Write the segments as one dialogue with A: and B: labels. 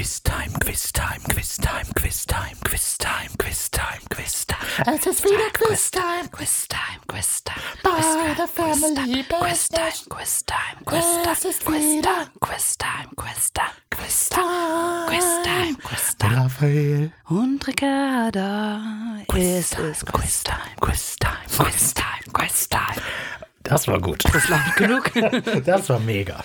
A: Quiztime, Quiztime, Quiztime, Quiztime, Quiztime, Quiztime, Quiztime.
B: Es ist wieder Quiztime
A: Quiztime, Quiztime.
B: bei der Family
A: Quiztime,
B: Best.
A: Quiztime,
B: Es ist wieder
A: Quiztime, Quiztime, Quiztime,
B: Quiztime.
A: Quiztime.
B: Raphael.
A: Und Ricarda. Es ist Quiztime, Quiztime, Quiztime, Quiztime.
B: Das war gut.
A: Das war genug.
B: Das war mega.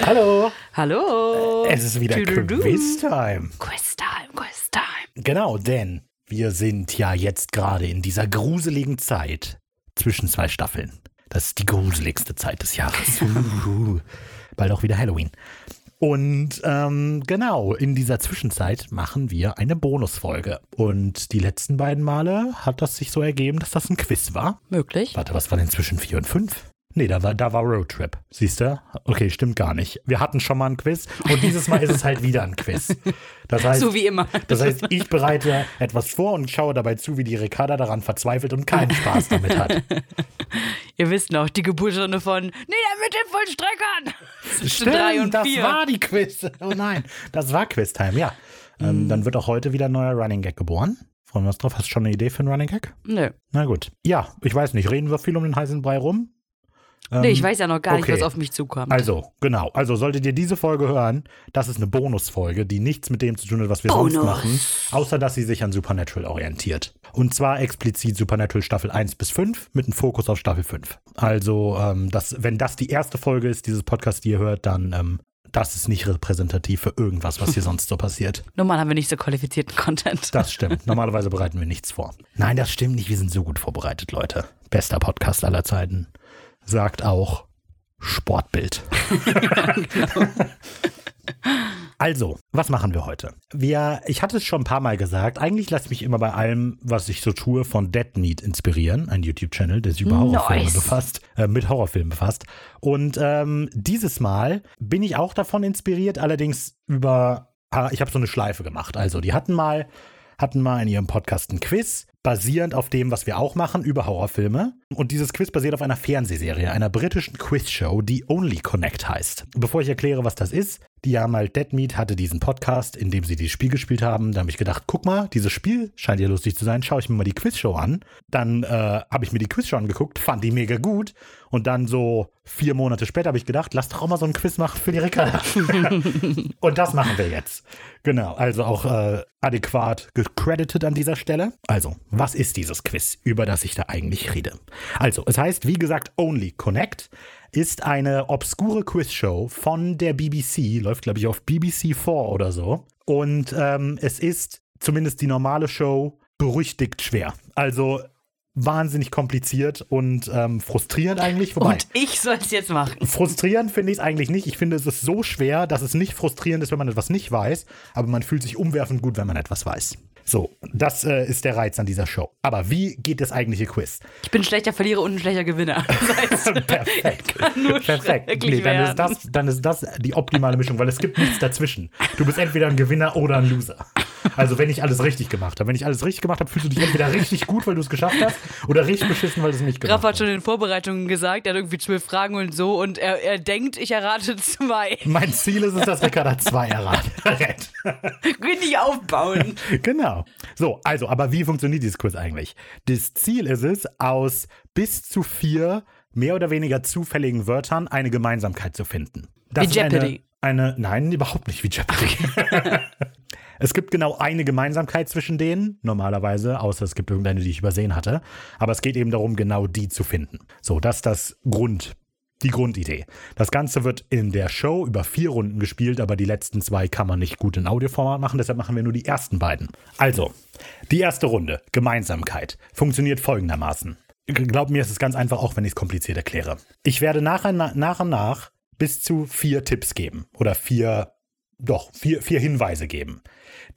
B: Hallo.
A: Hallo.
B: Es ist wieder
A: Tüdelü.
B: Quiztime.
A: Quiztime, Quiztime.
B: Genau, denn wir sind ja jetzt gerade in dieser gruseligen Zeit zwischen zwei Staffeln. Das ist die gruseligste Zeit des Jahres. Uhuhu. Bald auch wieder Halloween. Und ähm, genau, in dieser Zwischenzeit machen wir eine Bonusfolge. Und die letzten beiden Male hat das sich so ergeben, dass das ein Quiz war.
A: Möglich.
B: Warte, was war denn zwischen 4 und 5? Nee, da war, da war Roadtrip. Siehst du? Okay, stimmt gar nicht. Wir hatten schon mal ein Quiz und dieses Mal ist es halt wieder ein Quiz. Das heißt,
A: So wie immer.
B: das heißt, ich bereite etwas vor und schaue dabei zu, wie die Ricarda daran verzweifelt und keinen Spaß damit hat.
A: Ihr wisst noch, die Geburtsstunde von Nieder mit den Vollstreckern. Zwischen
B: Stimmt,
A: drei und
B: das
A: vier.
B: war die Quiz. Oh nein, das war Quiztime, ja. Ähm, dann wird auch heute wieder ein neuer Running Gag geboren. Freuen wir uns drauf. Hast du schon eine Idee für einen Running Gag?
A: Nö.
B: Na gut. Ja, ich weiß nicht. Reden wir viel um den heißen Brei rum? Ähm,
A: nee, ich weiß ja noch gar
B: okay.
A: nicht, was auf mich zukommt.
B: Also, genau. Also solltet ihr diese Folge hören, das ist eine Bonusfolge, die nichts mit dem zu tun hat, was wir sonst
A: Bonus.
B: machen, außer dass sie sich an Supernatural orientiert. Und zwar explizit Supernatural Staffel 1 bis 5 mit einem Fokus auf Staffel 5. Also, ähm, das, wenn das die erste Folge ist, dieses Podcast, die ihr hört, dann ähm, das ist nicht repräsentativ für irgendwas, was hier sonst so passiert.
A: Normal haben wir nicht so qualifizierten Content.
B: Das stimmt. Normalerweise bereiten wir nichts vor. Nein, das stimmt nicht. Wir sind so gut vorbereitet, Leute. Bester Podcast aller Zeiten. Sagt auch Sportbild. Also, was machen wir heute? Wir, ich hatte es schon ein paar Mal gesagt, eigentlich lasse ich mich immer bei allem, was ich so tue, von Dead Meat inspirieren, ein YouTube-Channel, der sich über Horrorfilme
A: Nice.
B: befasst, äh, mit Horrorfilmen befasst. Und ähm, dieses Mal bin ich auch davon inspiriert, allerdings über, ah, ich habe so eine Schleife gemacht. Also, die hatten mal, hatten mal in ihrem Podcast ein Quiz, basierend auf dem, was wir auch machen, über Horrorfilme. Und dieses Quiz basiert auf einer Fernsehserie, einer britischen Quizshow, die Only Connect heißt. Bevor ich erkläre, was das ist, die haben halt Dead Meat hatte diesen Podcast, in dem sie dieses Spiel gespielt haben. Da habe ich gedacht, guck mal, dieses Spiel scheint ja lustig zu sein, schaue ich mir mal die Quizshow an. Dann äh, habe ich mir die Quizshow angeguckt, fand die mega gut. Und dann so vier Monate später habe ich gedacht, lass doch auch mal so ein Quiz machen für die Ricarda. Und das machen wir jetzt. Genau, also auch äh, adäquat gecredited an dieser Stelle. Also, was ist dieses Quiz, über das ich da eigentlich rede? Also, es heißt, wie gesagt, Only Connect ist eine obskure Quizshow von der BBC, läuft, glaube ich, auf BBC4 oder so. Und ähm, es ist, zumindest die normale Show, berüchtigt schwer. Also wahnsinnig kompliziert und ähm, frustrierend eigentlich. Wobei,
A: Und ich soll es jetzt machen.
B: Frustrierend finde ich es eigentlich nicht. Ich finde, es ist so schwer, dass es nicht frustrierend ist, wenn man etwas nicht weiß, aber man fühlt sich umwerfend gut, wenn man etwas weiß. So, das äh, ist der Reiz an dieser Show. Aber wie geht das eigentliche Quiz?
A: Ich bin ein schlechter Verlierer und ein schlechter Gewinner. Also, Das heißt,
B: Perfekt.
A: kann nur
B: Perfekt.
A: schrecklich
B: Nee, dann, ist
A: werden.
B: das, dann ist das die optimale Mischung, weil es gibt nichts dazwischen. Du bist entweder ein Gewinner oder ein Loser. Also wenn ich alles richtig gemacht habe. Wenn ich alles richtig gemacht habe, fühlst du dich entweder richtig gut, weil du es geschafft hast, oder richtig beschissen, weil du es nicht gemacht
A: Raff
B: hast.
A: hat schon in Vorbereitungen gesagt, er hat irgendwie zwölf Fragen und so und er, er denkt, ich errate zwei.
B: Mein Ziel ist es, dass Ricarda 2 errät.
A: Richtig aufbauen.
B: Genau. So, also, aber wie funktioniert dieses Quiz eigentlich? Das Ziel ist es, aus bis zu vier mehr oder weniger zufälligen Wörtern eine Gemeinsamkeit zu finden. Das
A: Wie
B: ist
A: Jeopardy.
B: Eine, eine, nein, überhaupt nicht wie Jeopardy. es gibt genau eine Gemeinsamkeit zwischen denen, normalerweise, außer es gibt irgendeine, die ich übersehen hatte. Aber es geht eben darum, genau die zu finden. So, das ist das Grund. Die Grundidee. Das Ganze wird in der Show über vier Runden gespielt, aber die letzten zwei kann man nicht gut in Audioformat machen, deshalb machen wir nur die ersten beiden. Also, die erste Runde, Gemeinsamkeit, funktioniert folgendermaßen. Glaub mir, es ist ganz einfach, auch wenn ich es kompliziert erkläre. Ich werde nach und nach, nach und nach bis zu vier Tipps geben oder vier doch, vier, vier Hinweise geben.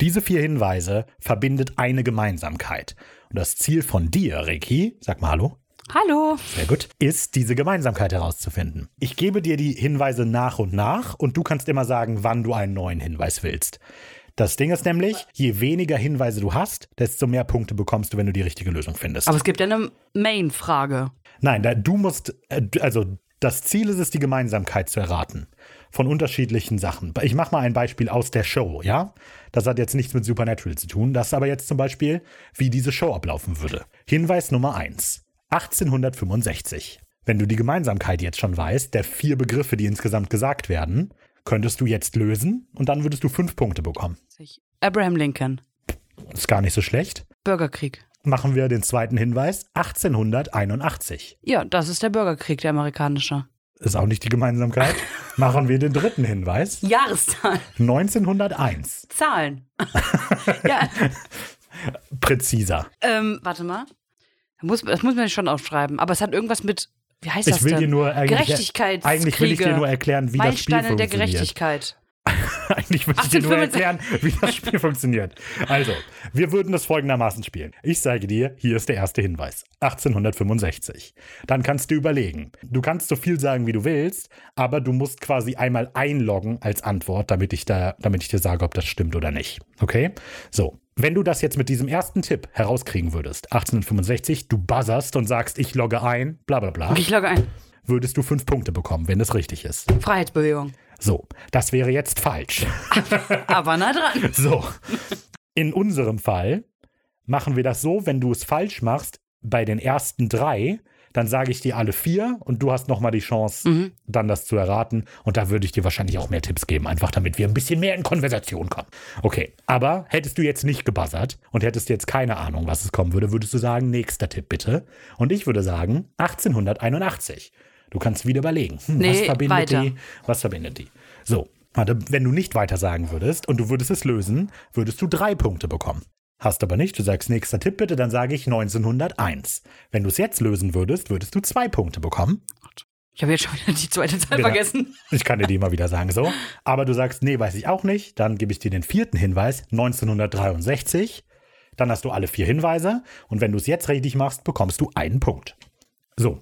B: Diese vier Hinweise verbindet eine Gemeinsamkeit. Und das Ziel von dir, Ricky, sag mal Hallo,
A: Hallo.
B: sehr gut, ist, diese Gemeinsamkeit herauszufinden. Ich gebe dir die Hinweise nach und nach und du kannst immer sagen, wann du einen neuen Hinweis willst. Das Ding ist nämlich, je weniger Hinweise du hast, desto mehr Punkte bekommst du, wenn du die richtige Lösung findest.
A: Aber es gibt ja eine Main-Frage.
B: Nein, da, du musst, äh, du- also das Ziel ist es, die Gemeinsamkeit zu erraten. von unterschiedlichen Sachen. Ich mache mal ein Beispiel aus der Show, ja? Das hat jetzt nichts mit Supernatural zu tun. Das ist aber jetzt zum Beispiel, wie diese Show ablaufen würde. Hinweis Nummer 1. 1865. Wenn du die Gemeinsamkeit jetzt schon weißt, der vier Begriffe, die insgesamt gesagt werden, könntest du jetzt lösen und dann würdest du fünf Punkte bekommen.
A: Abraham Lincoln.
B: Ist gar nicht so schlecht.
A: Bürgerkrieg.
B: Machen wir den zweiten Hinweis. 1881.
A: Ja, das ist der Bürgerkrieg, der amerikanische.
B: Ist auch nicht die Gemeinsamkeit. Machen wir den dritten Hinweis.
A: Jahreszahlen.
B: 1901.
A: Zahlen. ja,
B: Präziser.
A: ähm, warte mal. Muss, das muss man schon aufschreiben. Aber es hat irgendwas mit, wie heißt das
B: Ich will
A: denn?
B: dir nur eigentlich,
A: Gerechtigkeitskriege.
B: eigentlich will ich dir nur erklären, wie das Spiel
A: Meilensteine
B: funktioniert.
A: der Gerechtigkeit.
B: Eigentlich will ich dir nur
A: 1865.
B: erklären, wie das Spiel funktioniert. Also, wir würden das folgendermaßen spielen. Ich sage dir, hier ist der erste Hinweis. 1865. Dann kannst du überlegen. Du kannst so viel sagen, wie du willst, aber du musst quasi einmal einloggen als Antwort, damit ich, da, damit ich dir sage, ob das stimmt oder nicht. Okay? So. Wenn du das jetzt mit diesem ersten Tipp herauskriegen würdest, 1865, du buzzerst und sagst, ich logge ein, bla bla bla,
A: Okay, ich logge ein.
B: würdest du fünf Punkte bekommen, wenn es richtig ist.
A: Freiheitsbewegung.
B: So, das wäre jetzt falsch.
A: Aber nah dran.
B: So, in unserem Fall machen wir das so, wenn du es falsch machst, bei den ersten drei, dann sage ich dir alle vier und du hast nochmal die Chance,
A: Mhm.
B: dann das zu erraten. Und da würde ich dir wahrscheinlich auch mehr Tipps geben, einfach damit wir ein bisschen mehr in Konversation kommen. Okay, aber hättest du jetzt nicht gebuzzert und hättest jetzt keine Ahnung, was es kommen würde, würdest du sagen, nächster Tipp bitte. Und ich würde sagen, 1881. Du kannst wieder überlegen, hm, was
A: Nee,
B: verbindet
A: weiter.
B: die? Was verbindet die? So, warte, wenn du nicht weiter sagen würdest und du würdest es lösen, würdest du drei Punkte bekommen. Hast aber nicht, du sagst nächster Tipp bitte, dann sage ich 1901. Wenn du es jetzt lösen würdest, würdest du zwei Punkte bekommen.
A: Ich habe jetzt schon wieder die zweite Zahl
B: Genau.
A: vergessen.
B: Ich kann dir die immer wieder sagen, so. Aber du sagst, nee, weiß ich auch nicht. Dann gebe ich dir den vierten Hinweis, 1963. Dann hast du alle vier Hinweise. Und wenn du es jetzt richtig machst, bekommst du einen Punkt. So.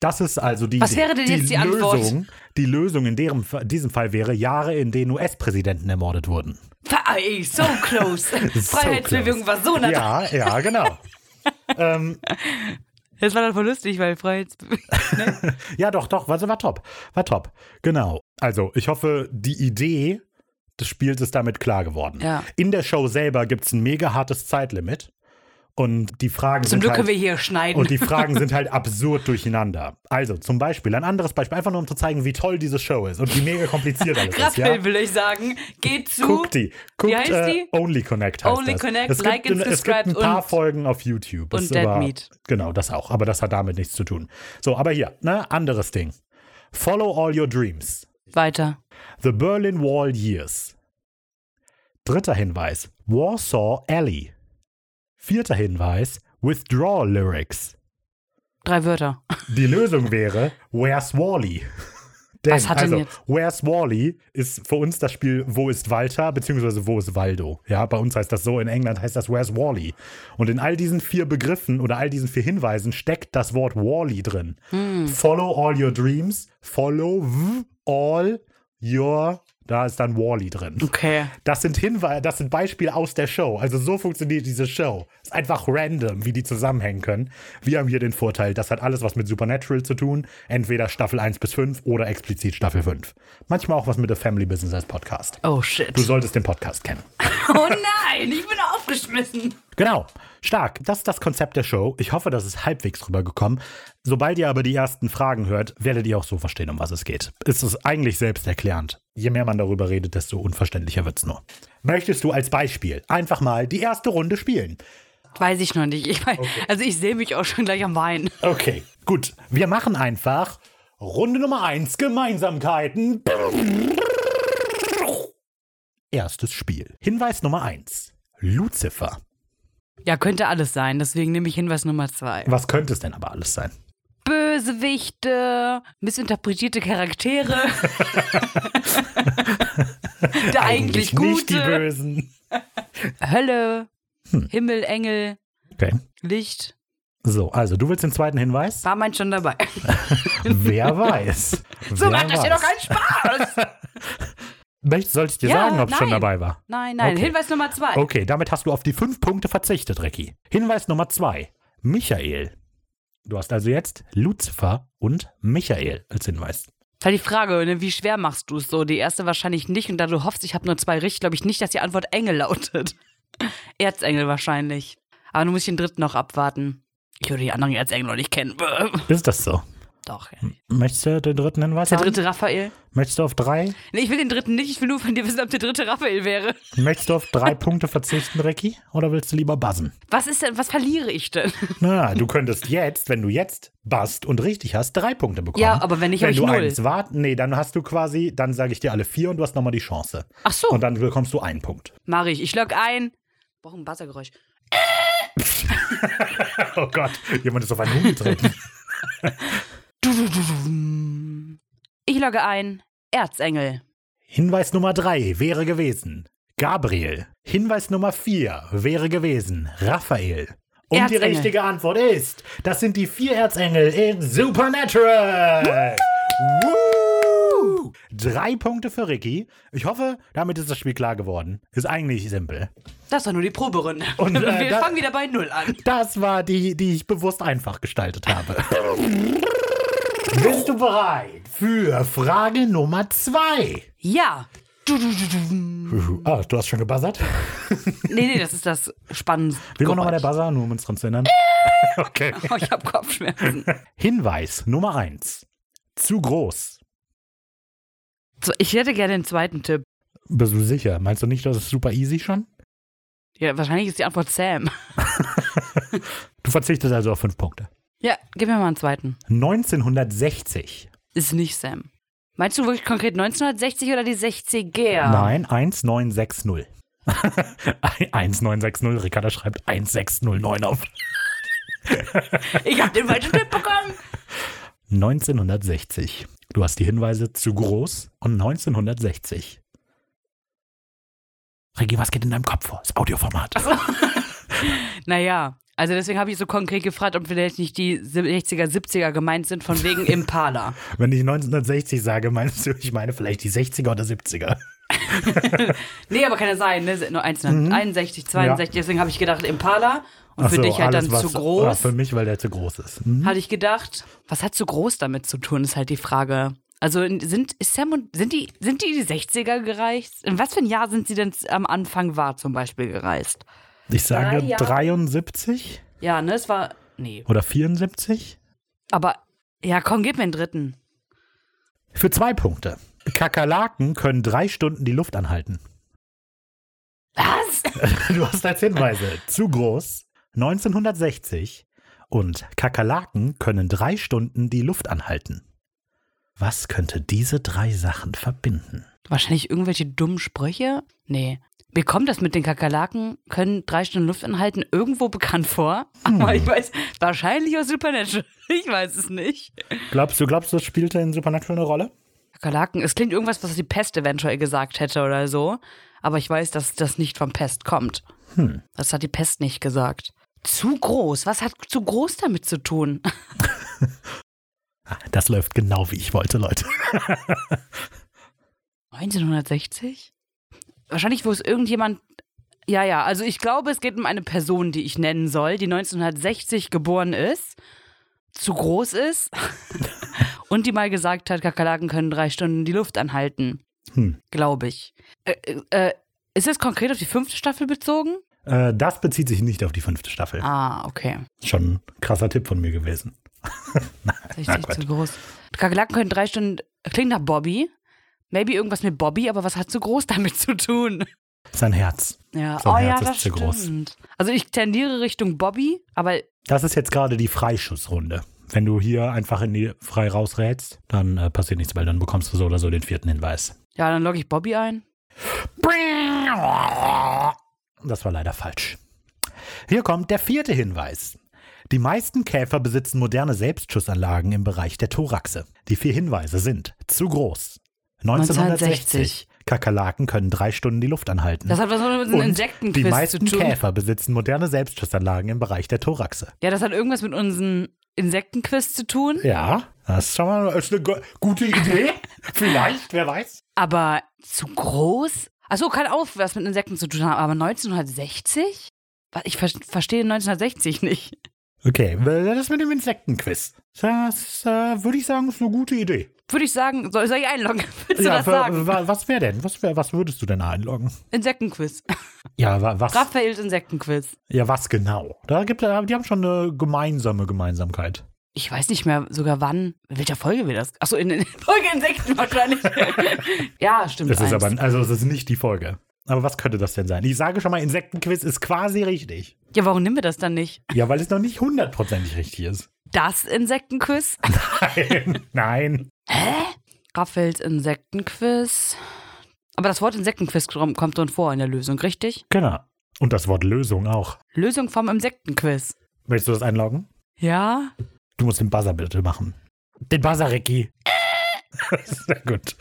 B: Das ist also die,
A: Was wäre denn jetzt die Antwort?
B: Lösung. Die Lösung in deren, diesem Fall wäre Jahre, in denen US-Präsidenten ermordet wurden.
A: Fa- Ey, so close. Freiheitsbewegung
B: close.
A: war so nah dran.
B: Ja, ja, genau. ähm,
A: Das war dann voll lustig, weil Freiheitsbewegung.
B: Ja, doch, doch, also war top. War top. Genau. Also, ich hoffe, die Idee des Spiels ist damit klar geworden.
A: Ja.
B: In der Show selber gibt es ein mega hartes Zeitlimit. Und die Fragen
A: Zum
B: sind
A: Glück
B: halt,
A: können wir hier schneiden.
B: und die Fragen sind halt absurd durcheinander. Also, zum Beispiel, ein anderes Beispiel, einfach nur um zu zeigen, wie toll diese Show ist und wie mega kompliziert alles ist.
A: Rappel,
B: Ja?
A: will ich sagen. Geht zu.
B: Guckt die. Guckt,
A: heißt
B: äh,
A: die?
B: Only Connect heißt
A: Only
B: das.
A: Connect,
B: es
A: like
B: gibt,
A: and
B: Es gibt ein
A: subscribe
B: paar
A: und-
B: Folgen auf YouTube.
A: und
B: Ist
A: Dead
B: aber-
A: Meat.
B: Genau, das auch. Aber das hat damit nichts zu tun. So, aber hier, ne, anderes Ding. Follow all your dreams.
A: Weiter.
B: The Berlin Wall Years. Dritter Hinweis. Warsaw Alley. Vierter Hinweis. Withdrawal Lyrics.
A: Drei Wörter.
B: Die Lösung wäre Where's Wally? Denn,
A: Was hat denn
B: also,
A: jetzt-
B: Where's Wally ist für uns das Spiel Wo ist Walter beziehungsweise Wo ist Waldo. Ja, bei uns heißt das so, in England heißt das Where's Wally. Und in all diesen vier Begriffen oder all diesen vier Hinweisen steckt das Wort Wally drin.
A: Hm.
B: Follow all your dreams, follow v- all your, da ist dann Wally drin.
A: Okay.
B: Das sind Hinweise, das sind Beispiele aus der Show. Also so funktioniert diese Show. Ist einfach random, wie die zusammenhängen können. Wir haben hier den Vorteil, das hat alles was mit Supernatural zu tun. Entweder Staffel 1 bis 5 oder explizit Staffel 5. Manchmal auch was mit der Family Business als Podcast.
A: Oh shit.
B: Du solltest den Podcast kennen.
A: Oh nein, ich bin aufgeschmissen.
B: Genau, stark. Das ist das Konzept der Show. Ich hoffe, das ist halbwegs rübergekommen. Sobald ihr aber die ersten Fragen hört, werdet ihr auch so verstehen, um was es geht. Es ist eigentlich selbsterklärend. Je mehr man darüber redet, desto unverständlicher wird es nur. Möchtest du als Beispiel einfach mal die erste Runde spielen?
A: Weiß ich noch nicht. Ich mein, Also ich sehe mich auch schon gleich am Wein.
B: Okay, gut. Wir machen einfach Runde Nummer 1, Gemeinsamkeiten. Erstes Spiel. Hinweis Nummer 1. Lucifer.
A: Ja, könnte alles sein. Deswegen nehme ich Hinweis Nummer zwei.
B: Was könnte es denn aber alles sein?
A: Bösewichte, missinterpretierte Charaktere. Der eigentlich,
B: nicht die Hm.
A: Gute.
B: Bösen.
A: Hölle, Himmel, Engel,
B: Okay.
A: Licht.
B: So, also du willst den zweiten Hinweis?
A: War mein schon dabei.
B: Wer weiß.
A: So
B: Wer
A: macht das ja doch
B: weiß.
A: keinen Spaß.
B: Möcht- Soll ich dir
A: Ja,
B: sagen, ob es schon
A: nein. Äh.
B: dabei war?
A: Nein, nein.
B: Okay.
A: Hinweis Nummer zwei.
B: Okay, damit hast du auf die fünf Punkte verzichtet, Ricky. Hinweis Nummer zwei. Michael. Du hast also jetzt Lucifer und Michael als Hinweis.
A: War die Frage, ne, wie schwer machst du es so? Die erste wahrscheinlich nicht. Und da du hoffst, ich habe nur zwei richtig, glaube ich nicht, dass die Antwort Engel lautet. Erzengel wahrscheinlich. Aber du musst den dritten noch abwarten. Ich würde die anderen Erzengel noch nicht kennen.
B: Ist das so?
A: Doch.
B: Hm.
A: Ja.
B: Möchtest du den dritten Hinweis
A: Ist der
B: haben?
A: dritte Raphael?
B: Möchtest du auf drei?
A: Nee, ich will den dritten nicht. Ich will nur von dir wissen, ob der dritte Raphael wäre.
B: Möchtest du auf drei Punkte verzichten, Ricky? Oder willst du lieber buzzen?
A: Was ist denn, was verliere ich denn?
B: Na, du könntest jetzt, wenn du jetzt buzzt und richtig hast, drei Punkte bekommen.
A: Ja, aber wenn nicht, hab
B: Wenn
A: ich
B: du
A: null.
B: eins warten, nee, dann hast du quasi, dann sage ich dir alle vier und du hast nochmal die Chance.
A: Ach so.
B: Und dann bekommst du einen Punkt.
A: Mach ich. Ich log ein. Brauch ein Buzzergeräusch.
B: Oh Gott, jemand ist auf einen Huhn getreten.
A: Du, du, du, du. Ich logge ein. Erzengel.
B: Hinweis Nummer drei wäre gewesen Gabriel. Hinweis Nummer vier wäre gewesen Raphael. Und die
A: Erzengel.
B: richtige Antwort ist, das sind die vier Erzengel in Supernatural. Woo! Drei Punkte für Ricky. Ich hoffe, damit ist das Spiel klar geworden. Ist eigentlich simpel.
A: Das war nur die Proberunde.
B: Und, äh,
A: Wir
B: da-
A: fangen wieder bei Null an.
B: Das war die, die ich bewusst einfach gestaltet habe. Bist du bereit für Frage Nummer zwei?
A: Ja. Du, du, du, du.
B: Ah, du hast schon gebuzzert?
A: Nee, nee, das ist das Spannendste.
B: Wie war nochmal der Buzzer, nur um uns dran zu erinnern? Okay.
A: Oh, ich habe Kopfschmerzen.
B: Hinweis Nummer eins: Zu groß.
A: So, ich hätte gerne den zweiten Tipp.
B: Bist du sicher? Meinst du nicht, das ist super easy schon?
A: Ja, wahrscheinlich ist die Antwort Sam.
B: Du verzichtest also auf fünf Punkte.
A: Ja, gib mir mal einen zweiten.
B: 1960.
A: Ist nicht Sam. Meinst du wirklich konkret 1960 oder die 60er?
B: Nein, 1960. 1960, Ricarda schreibt 1609 auf.
A: Ich habe den falschen Tipp bekommen.
B: 1960. Du hast die Hinweise zu groß und 1960. Regie, was geht in deinem Kopf vor? Das Audioformat.
A: Naja, also deswegen habe ich so konkret gefragt, ob vielleicht nicht die 60er, 70er gemeint sind, von wegen Impala.
B: Wenn ich 1960 sage, meinst du, ich meine vielleicht die 60er oder 70er?
A: Nee, aber kann ja sein, ne? Nur 1961, 62, deswegen habe ich gedacht Impala. Und für
B: Mhm. Ach so,
A: dich halt
B: Also alles,
A: dann
B: was-
A: zu
B: ah,
A: groß.
B: Für mich, weil der zu groß ist. Hm?
A: Hatte ich gedacht, was hat so groß damit zu tun, ist halt die Frage. Also in- sind ist Sam und sind die sind die in die 60er gereist? In was für ein Jahr sind sie denn z- am Anfang war zum Beispiel gereist?
B: Ich sage
A: Drei Jahre.
B: 73
A: Ja, ne, es war nee,
B: oder 74
A: aber ja, komm, gib mir einen dritten.
B: für zwei Punkte. Kakerlaken können drei Stunden die Luft anhalten.
A: Was?
B: Du hast als Hinweise zu groß, 1960 und Kakerlaken können drei Stunden die Luft anhalten. Was könnte diese drei Sachen verbinden?
A: Wahrscheinlich irgendwelche dummen Sprüche? Nee. Mir kommt das mit den Kakerlaken, können drei Stunden Luft anhalten, irgendwo bekannt vor. Aber ich weiß, wahrscheinlich aus Supernatural. Ich weiß es nicht.
B: Glaubst du, glaubst du, das spielte in Supernatural eine Rolle?
A: Kakerlaken, es klingt irgendwas, was die Pest eventuell gesagt hätte oder so. Aber ich weiß, dass das nicht vom Pest kommt.
B: Hm.
A: Das hat die Pest nicht gesagt. Zu groß. Was hat zu groß damit zu tun?
B: Ah, Das läuft genau wie ich wollte, Leute.
A: 1960? Wahrscheinlich, wo es irgendjemand. Ja, ja, also ich glaube, es geht um eine Person, die ich nennen soll, die 1960 geboren ist, zu groß ist und die mal gesagt hat, Kakerlaken können drei Stunden die Luft anhalten.
B: Hm.
A: Glaube ich. Äh, äh, ist das konkret auf die fünfte Staffel bezogen?
B: Äh, das bezieht sich nicht auf die fünfte Staffel.
A: Ah, okay.
B: Schon ein krasser Tipp von mir gewesen.
A: 60
B: gut.
A: zu groß. Kakerlaken können drei Stunden. Klingt nach Bobby. Maybe irgendwas mit Bobby, aber was hat zu groß damit zu tun?
B: Sein Herz.
A: Ja,
B: Sein
A: oh
B: Herz
A: ja,
B: ist
A: das
B: zu groß.
A: stimmt. Also ich tendiere Richtung Bobby, aber
B: Das ist jetzt gerade die Freischussrunde. Wenn du hier einfach in die frei rausrätst, dann äh, passiert nichts, weil dann bekommst du so oder so den vierten Hinweis.
A: ja, dann logge ich Bobby ein.
B: Das war leider falsch. Hier kommt der vierte Hinweis. Die meisten Käfer besitzen moderne Selbstschussanlagen im Bereich der Thoraxe. Die vier Hinweise sind zu groß. 1960.
A: 1960.
B: Kakerlaken können drei Stunden die Luft anhalten.
A: Das hat was mit
B: Und
A: einem
B: die
A: Insektenquiz zu
B: meisten
A: tun.
B: Käfer besitzen moderne Selbstschussanlagen im Bereich der Thoraxe.
A: Ja, das hat irgendwas mit unserem Insektenquiz zu tun.
B: Ja, das ist schon mal ist eine gu- gute Idee. Vielleicht, wer weiß.
A: Aber zu groß? Achso, kann auch was mit Insekten zu tun haben. Aber 1960? Was, Ich ver verstehe 1960 nicht.
B: Okay, das mit dem Insektenquiz. Das äh, würde ich sagen, ist eine gute Idee.
A: Würde ich sagen, soll, soll ich einloggen? Willst du
B: Ja,
A: das
B: wa-
A: sagen?
B: wa- was wäre denn? Was, wär, was würdest du denn einloggen?
A: Insektenquiz.
B: Ja, wa- was?
A: Raphaels Insektenquiz.
B: Ja, was genau? Da gibt, da- die haben schon eine gemeinsame Gemeinsamkeit.
A: Ich weiß nicht mehr sogar wann, in welcher Folge wir das. Achso, in, in Folge Insekten wahrscheinlich. ja, stimmt.
B: Das ist
A: eins.
B: aber, also es ist nicht die Folge. Aber was könnte das denn sein? Ich sage schon mal, Insektenquiz ist quasi richtig.
A: ja, warum nehmen wir das dann nicht?
B: Ja, weil es noch nicht hundertprozentig richtig ist.
A: Das Insektenquiz?
B: Nein, nein.
A: Raphaels Insektenquiz. Aber das Wort Insektenquiz komm- kommt drin vor in der Lösung, richtig?
B: Genau. Und das Wort Lösung auch.
A: Lösung vom Insektenquiz.
B: Willst du das einloggen?
A: Ja?
B: Du musst den Buzzer bitte machen. Den Buzzer, Ricky. Sehr gut.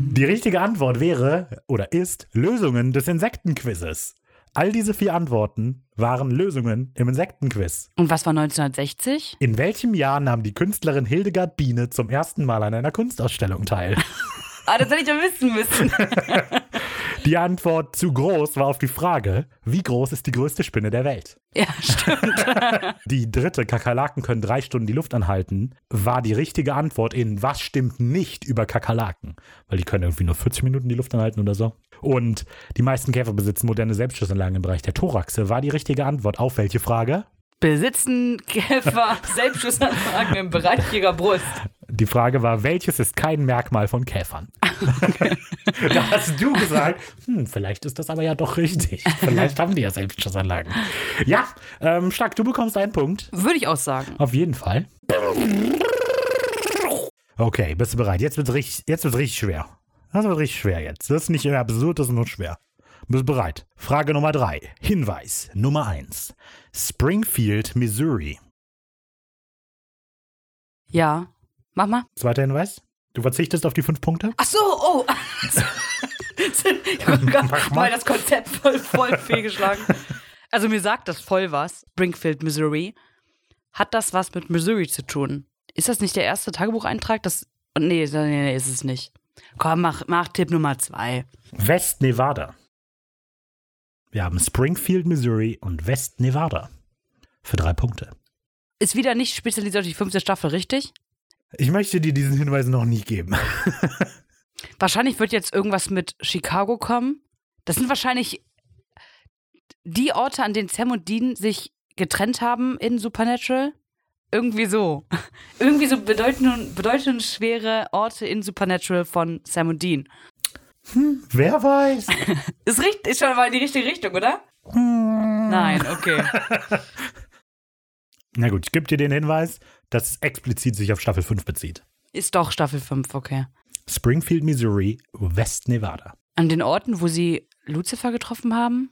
B: Die richtige Antwort wäre oder ist Lösungen des Insektenquizzes. All diese vier Antworten waren Lösungen im Insektenquiz.
A: Und was war 1960?
B: In welchem Jahr nahm die Künstlerin Hildegard Biene zum ersten Mal an einer Kunstausstellung teil?
A: Ah, das hätte ich ja wissen müssen.
B: Die Antwort zu groß war auf die Frage, wie groß ist die größte Spinne der Welt?
A: ja, stimmt.
B: Die dritte, Kakerlaken können drei Stunden die Luft anhalten, war die richtige Antwort in Was stimmt nicht über Kakerlaken? Weil die können irgendwie nur 40 Minuten die Luft anhalten oder so. Und die meisten Käfer besitzen moderne Selbstschussanlagen im Bereich der Thoraxe, war die richtige Antwort auf welche Frage?
A: Besitzen Käfer Selbstschussanlagen im Bereich ihrer Brust?
B: Die Frage war, welches ist kein Merkmal von Käfern? da hast du gesagt, hm, vielleicht ist das aber ja doch richtig. Vielleicht haben die ja Selbstschussanlagen. Ja, ähm, stark, du bekommst einen Punkt.
A: Würde ich auch sagen.
B: Auf jeden Fall. Okay, bist du bereit? Jetzt wird richtig, jetzt wird richtig schwer. Das wird richtig schwer jetzt. Das ist nicht absurd, das ist nur schwer. Bist du bereit? Frage Nummer drei. Hinweis Nummer eins. Springfield, Missouri.
A: Ja. Mach mal.
B: Zweiter Hinweis. Du verzichtest auf die fünf Punkte?
A: Ach so, oh. ich hab grad
B: Mach mal.
A: mal das Konzept voll, voll fehlgeschlagen. Also mir sagt das voll was. Springfield, Missouri. Hat das was mit Missouri zu tun? Ist das nicht der erste Tagebucheintrag? Das, nee, nee, nee, ist es nicht. Komm, mach, mach Tipp Nummer zwei.
B: West Nevada. Wir haben Springfield, Missouri und West Nevada. Für drei Punkte.
A: Ist wieder nicht spezialisiert auf die fünfte Staffel, richtig?
B: Ich möchte dir diesen Hinweis noch nie geben.
A: Wahrscheinlich wird jetzt irgendwas mit Chicago kommen. Das sind wahrscheinlich die Orte, an denen Sam und Dean sich getrennt haben in Supernatural. Irgendwie so. Irgendwie so bedeuten, bedeutungsschwere Orte in Supernatural von Sam und Dean.
B: Wer weiß?
A: Ist, richtig, ist schon mal in die richtige Richtung, oder? Nein, okay.
B: Na gut, ich gebe dir den Hinweis, dass es explizit sich auf Staffel 5 bezieht.
A: Ist doch Staffel 5, okay.
B: Springfield, Missouri, West Nevada.
A: An den Orten, wo sie Lucifer getroffen haben?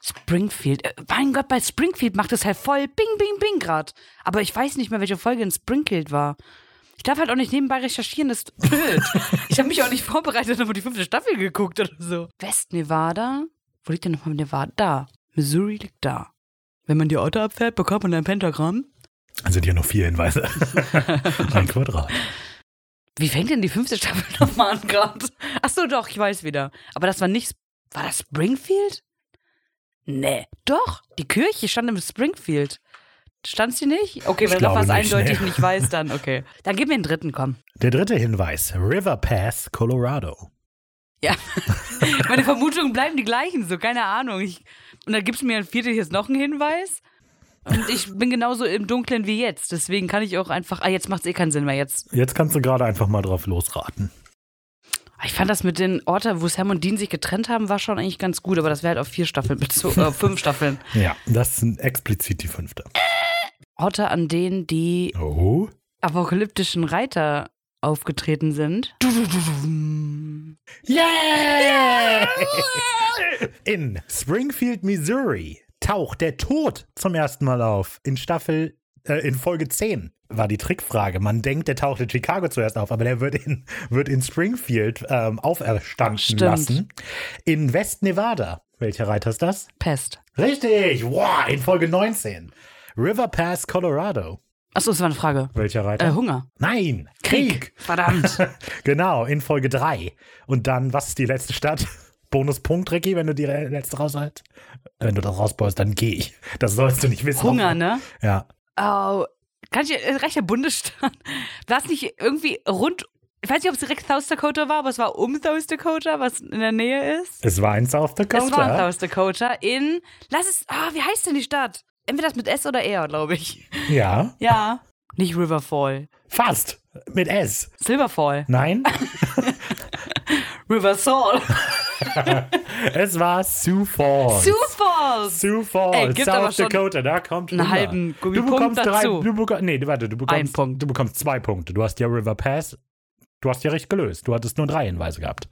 A: Springfield. Äh, mein Gott, bei Springfield macht es halt voll Bing, Bing, Bing grad. Aber ich weiß nicht mehr, welche Folge in Springfield war. Ich darf halt auch nicht nebenbei recherchieren, das ist blöd. ich habe mich auch nicht vorbereitet und auf die fünfte Staffel geguckt oder so. West Nevada? Wo liegt denn nochmal Nevada? Da. Missouri liegt da. Wenn man die Orte abfährt, bekommt man ein Pentagramm.
B: Also dir nur vier Hinweise. Ein Quadrat.
A: Wie fängt denn die fünfte Staffel nochmal an gerade? Achso, doch, ich weiß wieder. Aber das war nicht. War das Springfield? Nee. Doch, die Kirche stand im Springfield. Stand sie nicht? Okay, wenn du
B: glaube
A: was
B: nicht,
A: eindeutig
B: nee.
A: nicht weiß, dann okay. Dann gib mir den dritten, komm.
B: Der dritte Hinweis, River Pass, Colorado.
A: Ja. Meine Vermutungen bleiben die gleichen, so, keine Ahnung. Ich, und dann gibst du mir ein viertes jetzt noch einen Hinweis. Und ich bin genauso im Dunkeln wie jetzt. Deswegen kann ich auch einfach. Ah, jetzt macht's eh keinen Sinn mehr. Jetzt
B: Jetzt kannst du gerade einfach mal drauf losraten.
A: Ich fand das mit den Orten, wo Sam und Dean sich getrennt haben, war schon eigentlich ganz gut, aber das wäre halt auf vier Staffeln bezogen, äh, fünf Staffeln.
B: Ja, das sind explizit die fünfte.
A: Orte, an denen die
B: Oh.
A: apokalyptischen Reiter aufgetreten sind.
B: Yeah! In Springfield, Missouri taucht der Tod zum ersten Mal auf. In Staffel, äh, in Folge 10 war die Trickfrage. Man denkt, der taucht in Chicago zuerst auf, aber der wird in, wird in Springfield ähm, auferstanden
A: Stimmt.
B: lassen. In West Nevada. Welcher Reiter ist das?
A: Pest.
B: Richtig! Wow, in Folge 19. River Pass, Colorado.
A: Achso, das war eine Frage.
B: Welcher Reiter?
A: Äh, Hunger.
B: Nein, Krieg.
A: Verdammt.
B: Genau, in Folge 3. Und dann, was ist die letzte Stadt? Bonuspunkt, Ricky, wenn du die letzte raushalt.
A: ne?
B: Wenn du das rausbaust, dann gehe ich. Das sollst du nicht wissen.
A: Hunger, ne?
B: Ja.
A: Oh, kann ich, äh, rechter Bundesstaat, war es nicht irgendwie rund, ich weiß nicht, ob es direkt South Dakota war, aber es war um South Dakota, was in der Nähe ist.
B: Es war in South Dakota.
A: Es war in South Dakota in, lass es, ah, wie heißt denn die Stadt? Entweder das mit S oder E R, glaube ich.
B: Ja,
A: Ja. Nicht Riverfall.
B: fast. Mit S.
A: Silverfall.
B: Nein,
A: Riversall.
B: es war Sioux Falls.
A: Sioux Falls.
B: Sioux Falls,
A: Ey, gibt aber
B: South
A: schon
B: Dakota, da kommt
A: einen
B: Hunger.
A: halben Gummipunkt
B: du bekommst
A: dazu.
B: Drei, du beko nee, warte, du bekommst,
A: Ein Punkt.
B: du bekommst zwei Punkte. Du hast ja River Pass, du hast ja recht gelöst. Du hattest nur drei Hinweise gehabt.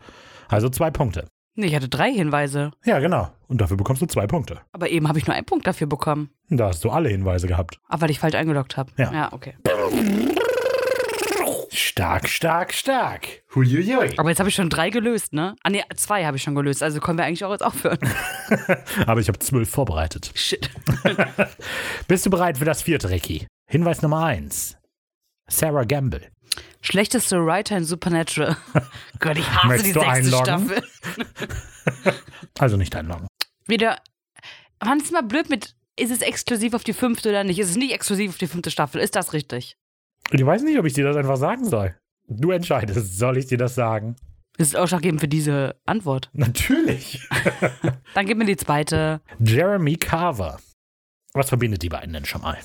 B: Also zwei Punkte.
A: Nee, ich hatte drei Hinweise.
B: Ja, genau. Und dafür bekommst du zwei Punkte.
A: Aber eben habe ich nur einen Punkt dafür bekommen.
B: Und Da hast du alle Hinweise gehabt.
A: Ah, weil ich falsch eingeloggt habe.
B: Ja.
A: okay.
B: Stark, stark, stark. Huiuiui.
A: Aber jetzt habe ich schon drei gelöst, ne? Ah, ne, zwei habe ich schon gelöst. Also können wir eigentlich auch jetzt aufhören.
B: Aber ich habe zwölf vorbereitet.
A: Shit.
B: Bist du bereit für das vierte, Ricky? Hinweis Nummer eins. Sarah Gamble.
A: Schlechteste Writer in Supernatural. Gott, ich hasse
B: Möchtest
A: die
B: du
A: sechste
B: einloggen?
A: Staffel.
B: Also nicht einloggen.
A: Wieder. Man ist immer blöd mit, ist es exklusiv auf die fünfte oder nicht? Ist es nicht exklusiv auf die fünfte Staffel? Ist das richtig?
B: Ich weiß nicht, ob ich dir das einfach sagen soll. Du entscheidest, soll ich dir das sagen?
A: Das ist ausschlaggebend für diese Antwort.
B: Natürlich.
A: Dann gib mir die zweite.
B: Jeremy Carver. Was verbindet die beiden denn schon mal?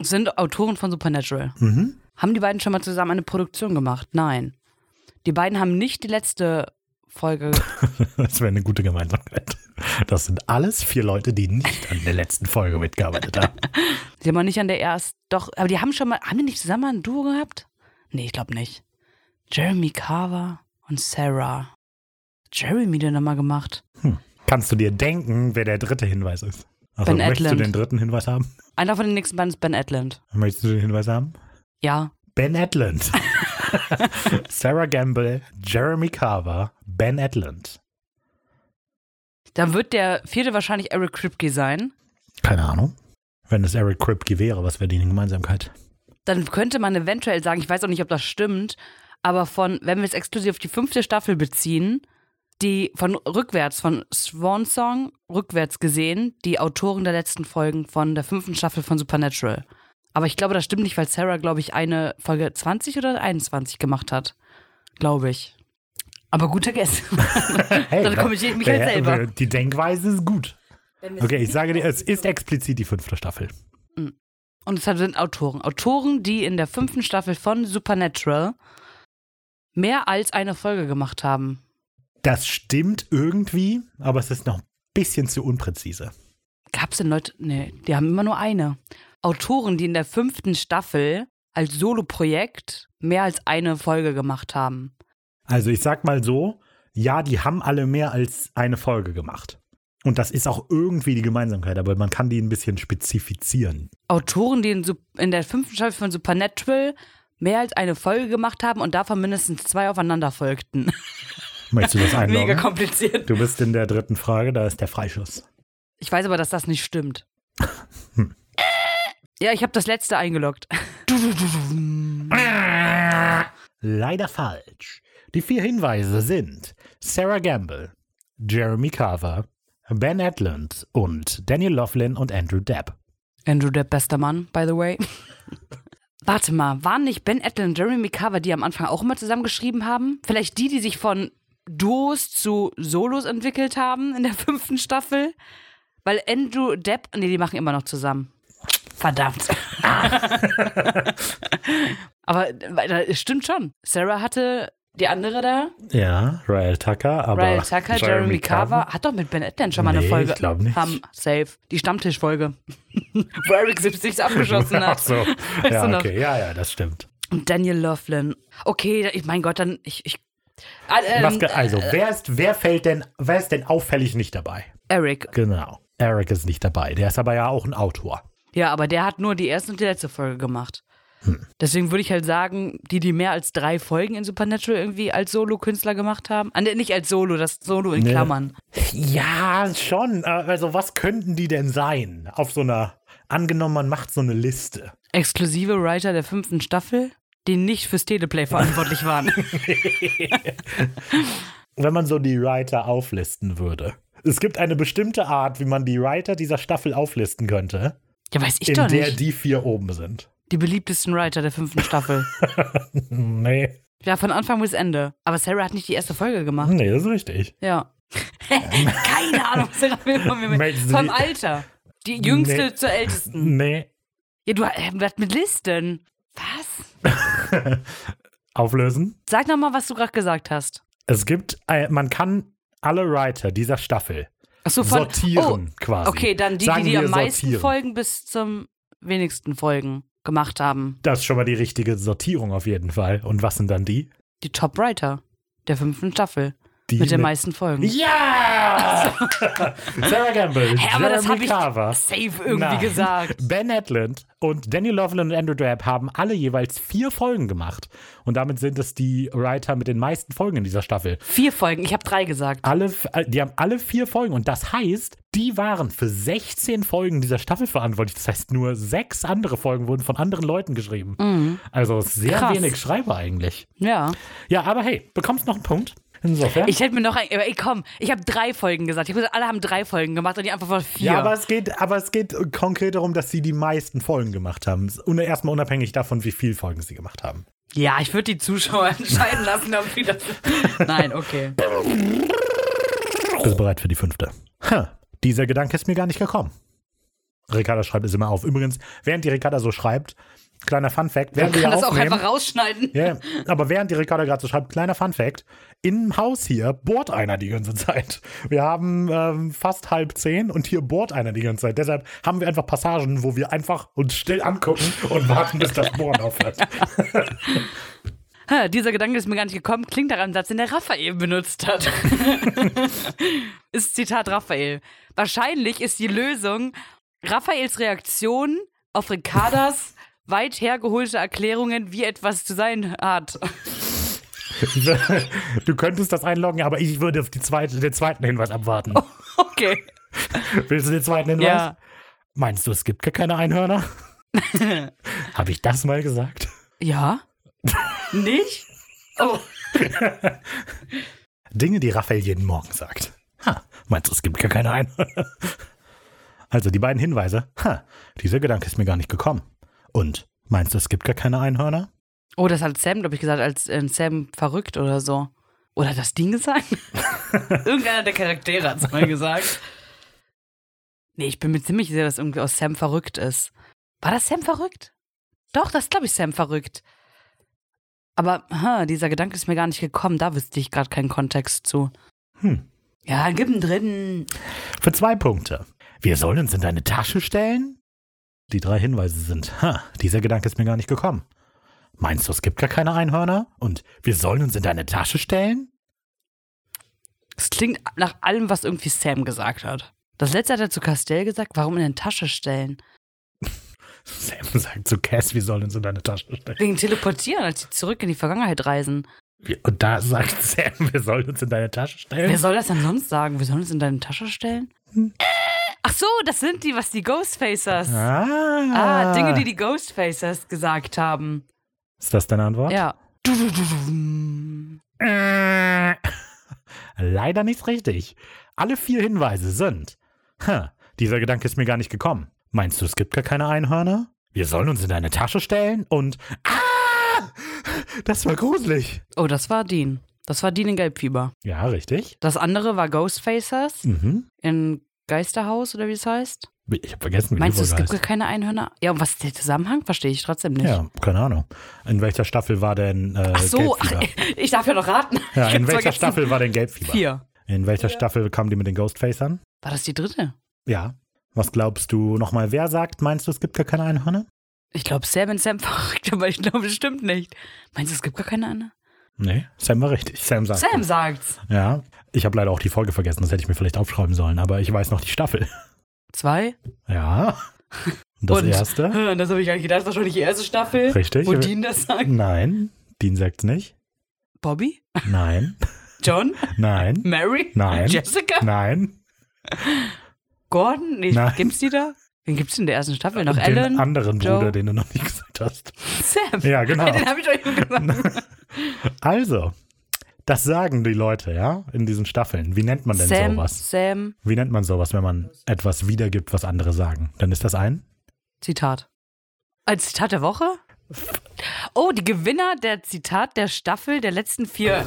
A: Es sind Autoren von Supernatural.
B: Mhm.
A: Haben die beiden schon mal zusammen eine Produktion gemacht? Nein. Die beiden haben nicht die letzte Folge.
B: Das wäre eine gute Gemeinsamkeit. Das sind alles vier Leute, die nicht an der letzten Folge mitgearbeitet haben.
A: Sie haben auch nicht an der ersten. Doch, aber die haben schon mal. Haben die nicht zusammen mal ein Duo gehabt? Nee, ich glaube nicht. Jeremy Carver und Sarah. Jeremy denn nochmal gemacht?
B: Kannst du dir denken, wer der dritte Hinweis ist? Also
A: Ben
B: möchtest
A: Edlund.
B: du den dritten Hinweis haben?
A: Einer von den nächsten beiden ist Ben Edlund.
B: Möchtest du den Hinweis haben?
A: Ja.
B: Ben Edlund. Sarah Gamble, Jeremy Carver, Ben Edlund.
A: Dann wird der vierte wahrscheinlich Eric Kripke sein.
B: Keine Ahnung. Wenn es Eric Kripke wäre, was wäre die Gemeinsamkeit?
A: Dann könnte man eventuell sagen, ich weiß auch nicht, ob das stimmt, aber von, wenn wir es exklusiv auf die fünfte Staffel beziehen, die von rückwärts, von Swan Song rückwärts gesehen, die Autoren der letzten Folgen von der fünften Staffel von Supernatural. Aber ich glaube, das stimmt nicht, weil Sarah, glaube ich, eine Folge 20 oder 21 gemacht hat. Glaube ich. Aber guter Guess.
B: Hey,
A: Dann komme ich mich halt
B: äh,
A: selber.
B: Die Denkweise ist gut. Okay, ich sage dir, es ist explizit die fünfte Staffel.
A: Und es sind Autoren. Autoren, die in der fünften Staffel von Supernatural mehr als eine Folge gemacht haben.
B: Das stimmt irgendwie, aber es ist noch ein bisschen zu unpräzise.
A: Gab es denn Leute? Nee, die haben immer nur eine. Autoren, die in der fünften Staffel als Soloprojekt mehr als eine Folge gemacht haben.
B: Also ich sag mal so, ja, die haben alle mehr als eine Folge gemacht. Und das ist auch irgendwie die Gemeinsamkeit, aber man kann die ein bisschen spezifizieren.
A: Autoren, die in, Sup- in der fünften Staffel von Supernatural mehr als eine Folge gemacht haben und davon mindestens zwei aufeinander folgten.
B: Möchtest du das
A: Mega
B: einloggen?
A: kompliziert.
B: Du bist in der dritten Frage, da ist der Freischuss.
A: Ich weiß aber, dass das nicht stimmt. Ja, ich habe das letzte eingeloggt. Du, du, du, du.
B: Leider falsch. Die vier Hinweise sind Sarah Gamble, Jeremy Carver, Ben Edlund und Daniel Laughlin und Andrew Depp.
A: Andrew Depp, bester Mann, by the way. Warte mal, waren nicht Ben Edlund und Jeremy Carver, die am Anfang auch immer zusammengeschrieben haben? Vielleicht die, die sich von Duos zu Solos entwickelt haben in der fünften Staffel? Weil Andrew Depp, nee, die machen immer noch zusammen. Verdammt. Aber äh, es stimmt schon. Sarah hatte die andere da,
B: Ja, Ryle Tucker, aber
A: Ryan Tucker, Jeremy, Carver, hat doch mit Ben Edlund schon mal eine
B: Nee,
A: Folge.
B: ich glaub nicht.
A: Haben safe. Die Stammtischfolge. Wo Eric 70 abgeschossen
B: Ach
A: hat.
B: so.
A: du
B: ja,
A: noch?
B: okay. ja, ja, das stimmt.
A: Und Daniel Laughlin. Okay, ich mein Gott, dann ich. ich Ah, ähm,
B: Was, ge- also, wer, ist, wer fällt denn, wer ist denn auffällig nicht dabei?
A: Eric.
B: Genau. Eric ist nicht dabei. Der ist aber ja auch ein Autor.
A: Ja, aber der hat nur die erste und die letzte Folge gemacht.
B: Hm.
A: Deswegen würde ich halt sagen, die, die mehr als drei Folgen in Supernatural irgendwie als Solo-Künstler gemacht haben. Ah, nee, nicht als Solo, das Solo in Klammern.
B: Ja, schon. Äh, Also, was könnten die denn sein? Auf so einer, angenommen, man macht so eine Liste.
A: Exklusive Writer der fünften Staffel, die nicht fürs Teleplay verantwortlich waren.
B: wenn man so die Writer auflisten würde. Es gibt eine bestimmte Art, wie man die Writer dieser Staffel auflisten könnte,
A: ja, weiß ich
B: in
A: doch
B: der
A: nicht.
B: die vier oben sind.
A: Die beliebtesten Writer der fünften Staffel.
B: nee.
A: ja, von Anfang bis Ende. Aber Sarah hat nicht die erste Folge gemacht.
B: Nee, das ist richtig.
A: Ja. Mhm. Keine Ahnung, was Sarah will von mir mit.
B: Meinst du
A: Vom
B: die-
A: Alter. Die jüngste
B: Nee.
A: zur ältesten.
B: Nee.
A: Ja, du äh, was mit Listen. Was?
B: Auflösen.
A: Sag nochmal, was du gerade gesagt hast.
B: Es gibt, äh, man kann alle Writer dieser Staffel
A: Achso, von.
B: sortieren
A: Oh,
B: quasi.
A: okay, dann die, die,
B: Sagen
A: die
B: wir
A: am meisten
B: sortieren.
A: Folgen bis zum wenigsten Folgen gemacht haben.
B: Das ist schon mal die richtige Sortierung auf jeden Fall. Und was sind dann die?
A: Die Top-Writer der fünften Staffel.
B: die
A: mit den meisten Folgen.
B: Ja! Sarah Gamble,
A: Hä, aber das
B: Jeremy
A: habe ich
B: Carver,
A: safe irgendwie
B: Nein.
A: gesagt.
B: Ben Edlund und Danny Loveland und Andrew Drabb haben alle jeweils vier Folgen gemacht. Und damit sind es die Writer mit den meisten Folgen in dieser Staffel.
A: Vier Folgen, ich habe drei gesagt.
B: Alle, f- äh, die haben alle vier Folgen und das heißt, die waren für 16 Folgen dieser Staffel verantwortlich. Das heißt, nur sechs andere Folgen wurden von anderen Leuten geschrieben. Also sehr
A: Mhm. Krass.
B: wenig Schreiber eigentlich.
A: Ja.
B: Ja, aber hey, bekommst noch einen Punkt. Insofern.
A: Ich hätte mir noch ein. aber Ey, komm, ich habe drei Folgen gesagt. Ich hab gesagt, alle haben drei Folgen gemacht und die einfach von vier.
B: Ja, aber es, geht, aber es geht konkret darum, dass sie die meisten Folgen gemacht haben. Es ist un- Erstmal unabhängig davon, wie viele Folgen sie gemacht haben.
A: ja ich würde die Zuschauer entscheiden lassen, ob die das. Nein, okay.
B: Bist du bereit für die fünfte? Ha, dieser Gedanke ist mir gar nicht gekommen. Ricarda schreibt es immer auf. Übrigens, während die Ricarda so schreibt, kleiner Fun-Fact,
A: Man
B: während wir
A: kann das auch
B: aufnehmen,
A: einfach rausschneiden.
B: Ja, aber während die Ricarda gerade so schreibt, kleiner Fun-Fact: Im Haus hier bohrt einer die ganze Zeit. Wir haben ähm, fast halb zehn und hier bohrt einer die ganze Zeit. Deshalb haben wir einfach Passagen, wo wir einfach uns still angucken und warten, bis das Bohren aufhört.
A: Ha, dieser Gedanke ist mir gar nicht gekommen. Klingt nach einem Satz, den der Raphael benutzt hat. ist Zitat Raphael. Wahrscheinlich ist die Lösung Raphaels Reaktion auf Ricardas weit hergeholte Erklärungen, wie etwas zu sein hat.
B: Du könntest das einloggen, aber ich würde auf die zweite, den zweiten Hinweis abwarten.
A: Okay.
B: Willst du den zweiten Hinweis?
A: Ja.
B: Meinst du, es gibt gar keine Einhörner? Habe ich das mal gesagt?
A: Ja? Nicht? Oh.
B: Dinge, die Raphael jeden Morgen sagt. Ha, meinst du, es gibt gar keine Einhörner? Also die beiden Hinweise. Ha, dieser Gedanke ist mir gar nicht gekommen. Und meinst du, es gibt gar keine Einhörner?
A: oh, das hat Sam, glaube ich, gesagt, als ähm, Sam verrückt oder so. Oder hat das Ding gesagt? Irgendeiner der Charaktere hat es mal gesagt. Nee, ich bin mir ziemlich sicher, dass irgendwie aus Sam verrückt ist. War das Sam verrückt? Doch, das glaube ich Sam verrückt. Aber hm, dieser Gedanke ist mir gar nicht gekommen. Da wüsste ich gerade keinen Kontext zu.
B: Hm.
A: Ja, gib einen dritten.
B: Für zwei Punkte. Wir sollen uns in deine Tasche stellen? Die drei Hinweise sind, ha, dieser Gedanke ist mir gar nicht gekommen. Meinst du, es gibt gar keine Einhörner? Und wir sollen uns in deine Tasche stellen?
A: Es klingt nach allem, was irgendwie Sam gesagt hat. Das letzte hat er zu Castell gesagt, warum in den Tasche stellen?
B: Sam sagt zu Cass, wir sollen uns in deine Tasche stellen.
A: Wegen Teleportieren, als sie zurück in die Vergangenheit reisen.
B: Wir- Und da sagt Sam, wir sollen uns in deine Tasche
A: Wer
B: stellen.
A: soll das denn sonst sagen? Wir sollen es in deine Tasche stellen? Ach so, das sind die, was die Ghostfacers.
B: Ah,
A: Ah, Dinge, die die Ghostfacers gesagt haben.
B: Ist das deine Antwort?
A: Ja. Dudududum.
B: Äh, Leider nicht richtig. Alle vier Hinweise sind. Ha, dieser Gedanke ist mir gar nicht gekommen. Meinst du, es gibt gar keine Einhörner? Wir sollen uns in deine Tasche stellen und. Ah! Das war gruselig.
A: Oh, das war Dean. Das war Dean in Gelbfieber.
B: Ja, richtig.
A: Das andere war Ghostfacers
B: Mhm.
A: in Geisterhaus oder wie es heißt.
B: Ich habe vergessen, wie
A: Meinst du,
B: die
A: es
B: Folge
A: gibt gar keine Einhörner? Ja, und was ist der Zusammenhang? Verstehe ich trotzdem nicht.
B: heißt. Ja, keine Ahnung. In welcher Staffel war denn. Äh,
A: Ach so, ach,
B: Gelbfieber?
A: ich darf ja noch raten.
B: ja,
A: Ich
B: in
A: hab's
B: welcher
A: vergessen.
B: Staffel war denn Gelbfieber?
A: Vier.
B: In welcher Staffel kamen die mit den Ghostfacern?
A: War das die dritte?
B: Ja. Was glaubst du nochmal? Wer sagt, meinst du, es gibt gar keine Einhörner?
A: Ich glaube, Sam und Sam verrückt, aber ich glaube, es stimmt nicht. Meinst du, es gibt gar keine andere?
B: Nee, Sam war richtig. Sam sagt.
A: Sam sagt's.
B: Ja. Ich habe leider auch die Folge vergessen, das hätte ich mir vielleicht aufschreiben sollen, aber ich weiß noch die Staffel.
A: Zwei.
B: Ja. Und das
A: Und-
B: erste?
A: Äh, Das habe ich gar nicht gedacht. Das war schon die erste Staffel.
B: Richtig.
A: Wo Dean das sagt.
B: Nein. Dean sagt's nicht.
A: Bobby?
B: Nein.
A: John?
B: Nein.
A: Mary?
B: Nein.
A: Jessica?
B: Nein.
A: Gordon? Nee,
B: Nein.
A: gibt's die da? Wen gibt's in der ersten Staffel noch?
B: den
A: Ellen?
B: anderen
A: Joe.
B: Bruder, den du noch nicht gesagt hast.
A: Sam?
B: Ja, genau.
A: Den habe ich euch gesagt.
B: Also, das sagen die Leute, ja, in diesen Staffeln. Wie nennt man denn
A: Sam,
B: sowas?
A: Sam,
B: Wie nennt man sowas, wenn man etwas wiedergibt, was andere sagen? Dann ist das ein
A: Zitat. Als Zitat der Woche? Oh, die Gewinner der Zitat der Staffel der letzten vier.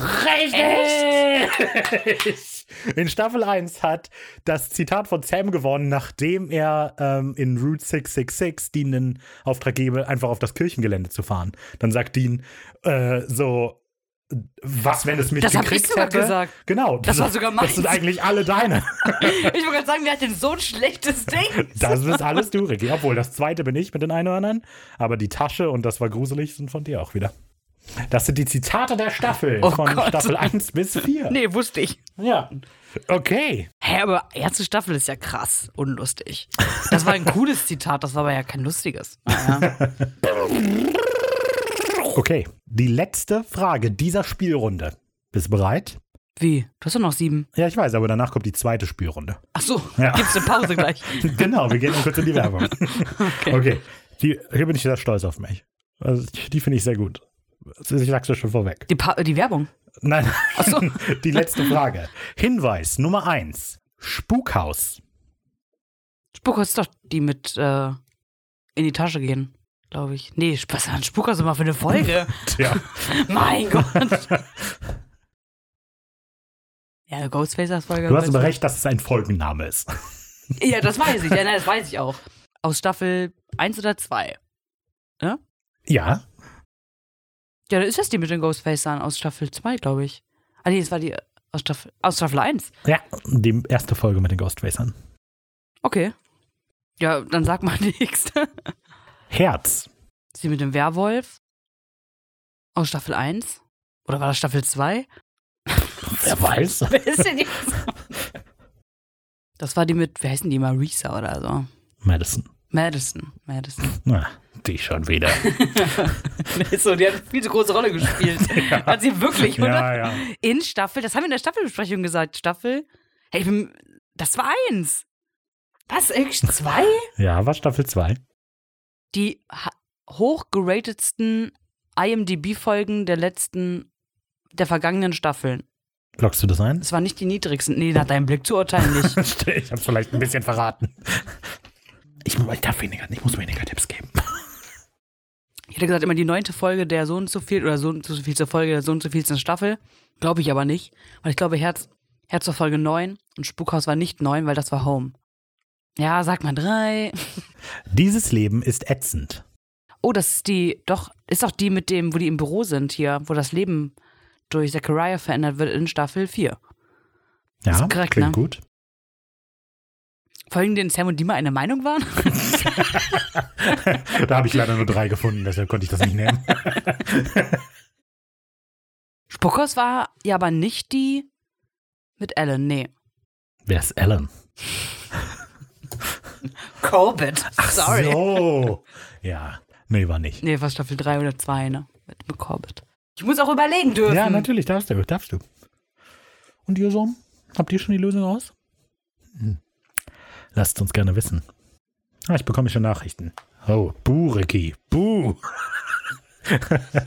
B: Richtig! In Staffel 1 hat das Zitat von Sam gewonnen, nachdem er ähm, in Route 666 Dean den Auftrag gebe, einfach auf das Kirchengelände zu fahren. Dann sagt Dean äh, so, was, wenn es mich
A: Das hab ich
B: gekriegt
A: sogar
B: hätte?
A: gesagt.
B: Genau.
A: Das war sogar
B: Das sind
A: meins.
B: eigentlich alle deine.
A: Ich wollte gerade sagen, wer hat denn so ein schlechtes Ding?
B: Das ist alles du, Ricky. Obwohl, das zweite bin ich mit den Einhörnern. Aber die Tasche und das war gruselig sind von dir auch wieder. Das sind die Zitate der Staffel.
A: Oh
B: von
A: Gott.
B: Staffel 1 bis 4.
A: Nee, wusste ich.
B: Ja. Okay.
A: Hä, aber erste Staffel ist ja krass unlustig. Das war ein cooles Zitat, das war aber ja kein lustiges. Naja.
B: Okay. Die letzte Frage dieser Spielrunde. Bist du bereit?
A: Wie? Du hast doch noch sieben.
B: Ja, ich weiß, aber danach kommt die zweite Spielrunde.
A: Ach so,
B: Ja.
A: gibt's eine Pause gleich.
B: genau, wir gehen kurz in die Werbung. Okay. Die, hier bin ich sehr stolz auf mich. Also, die finde ich sehr gut. Ich sag's dir schon vorweg.
A: Die, pa die Werbung.
B: Nein,
A: Ach so.
B: die letzte Frage. Hinweis Nummer eins: Spukhaus.
A: Spukhaus ist doch die mit äh, in die Tasche gehen, glaube ich. Nee, was hat Spukhaus immer für eine Folge?
B: Tja,
A: mein Gott. Ja, Ghostfacers-Folge.
B: du hast aber recht, dass es ein Folgenname ist.
A: Ja, das weiß ich. Ja, nein, das weiß ich auch. Aus Staffel 1 oder 2.
B: Ja,
A: Ja, dann ist das die mit den Ghostfacern aus Staffel 2, glaube ich. Ah, nee, das war die äh, aus Staffel, aus Staffel 1.
B: ja, die erste Folge mit den Ghostfacern.
A: Okay. Ja, dann sag mal die nächste.
B: Herz.
A: Sie mit dem Werwolf. Aus Staffel 1? Oder war das Staffel 2?
B: Wer weiß?
A: Wer ist denn jetzt? Das war die mit, wie heißen die, Marisa oder so.
B: Madison.
A: Madison. Madison.
B: Na, die schon wieder.
A: Nee, so, die hat eine viel zu große Rolle gespielt. Hat sie wirklich, oder?
B: ja.
A: In Staffel, das haben wir in der Staffelbesprechung gesagt. Staffel, hey, ich bin, das war eins. Was, Action 2?
B: Ja, war Staffel 2.
A: Die ha- hochgeratetsten IMDb-Folgen der letzten, der vergangenen Staffeln.
B: Lockst du das ein?
A: Es waren nicht die niedrigsten. Nee, nach deinem Blick zu urteilen nicht.
B: Ich hab's vielleicht ein bisschen verraten. Ich, ich darf weniger, ich muss weniger Tipps geben.
A: Ich hätte gesagt, immer die neunte Folge der so und so viel oder so und so viel zur Folge der so und so vielsten Staffel. Glaube ich aber nicht. Weil ich glaube, Herz, Herz war Folge 9 und Spukhaus war nicht 9, weil das war Home. Ja, sag mal drei.
B: Dieses Leben ist ätzend.
A: Oh, das ist die, doch, ist doch die mit dem, wo die im Büro sind hier, wo das Leben durch Zachariah verändert wird in Staffel 4.
B: Ja,
A: Ist korrekt,
B: klingt
A: ne?
B: gut.
A: Folgen, denen Sam und Dima eine Meinung waren?
B: Da habe ich leider nur drei gefunden, deshalb konnte ich das nicht nehmen.
A: Spukhaus war ja aber nicht die mit Ellen, nee.
B: Wer ist Alan?
A: Corbett. Sorry.
B: So. Ja. Nee, war nicht.
A: Nee, war Staffel 3 oder 2, ne? Mit, mit Corbett. Ich muss auch überlegen dürfen.
B: Ja, natürlich, darfst du, darfst du. Und ihr so? Habt ihr schon die Lösung raus? Hm. Lasst uns gerne wissen. Ah, ich bekomme schon Nachrichten. Oh, buh, Ricky. Buh.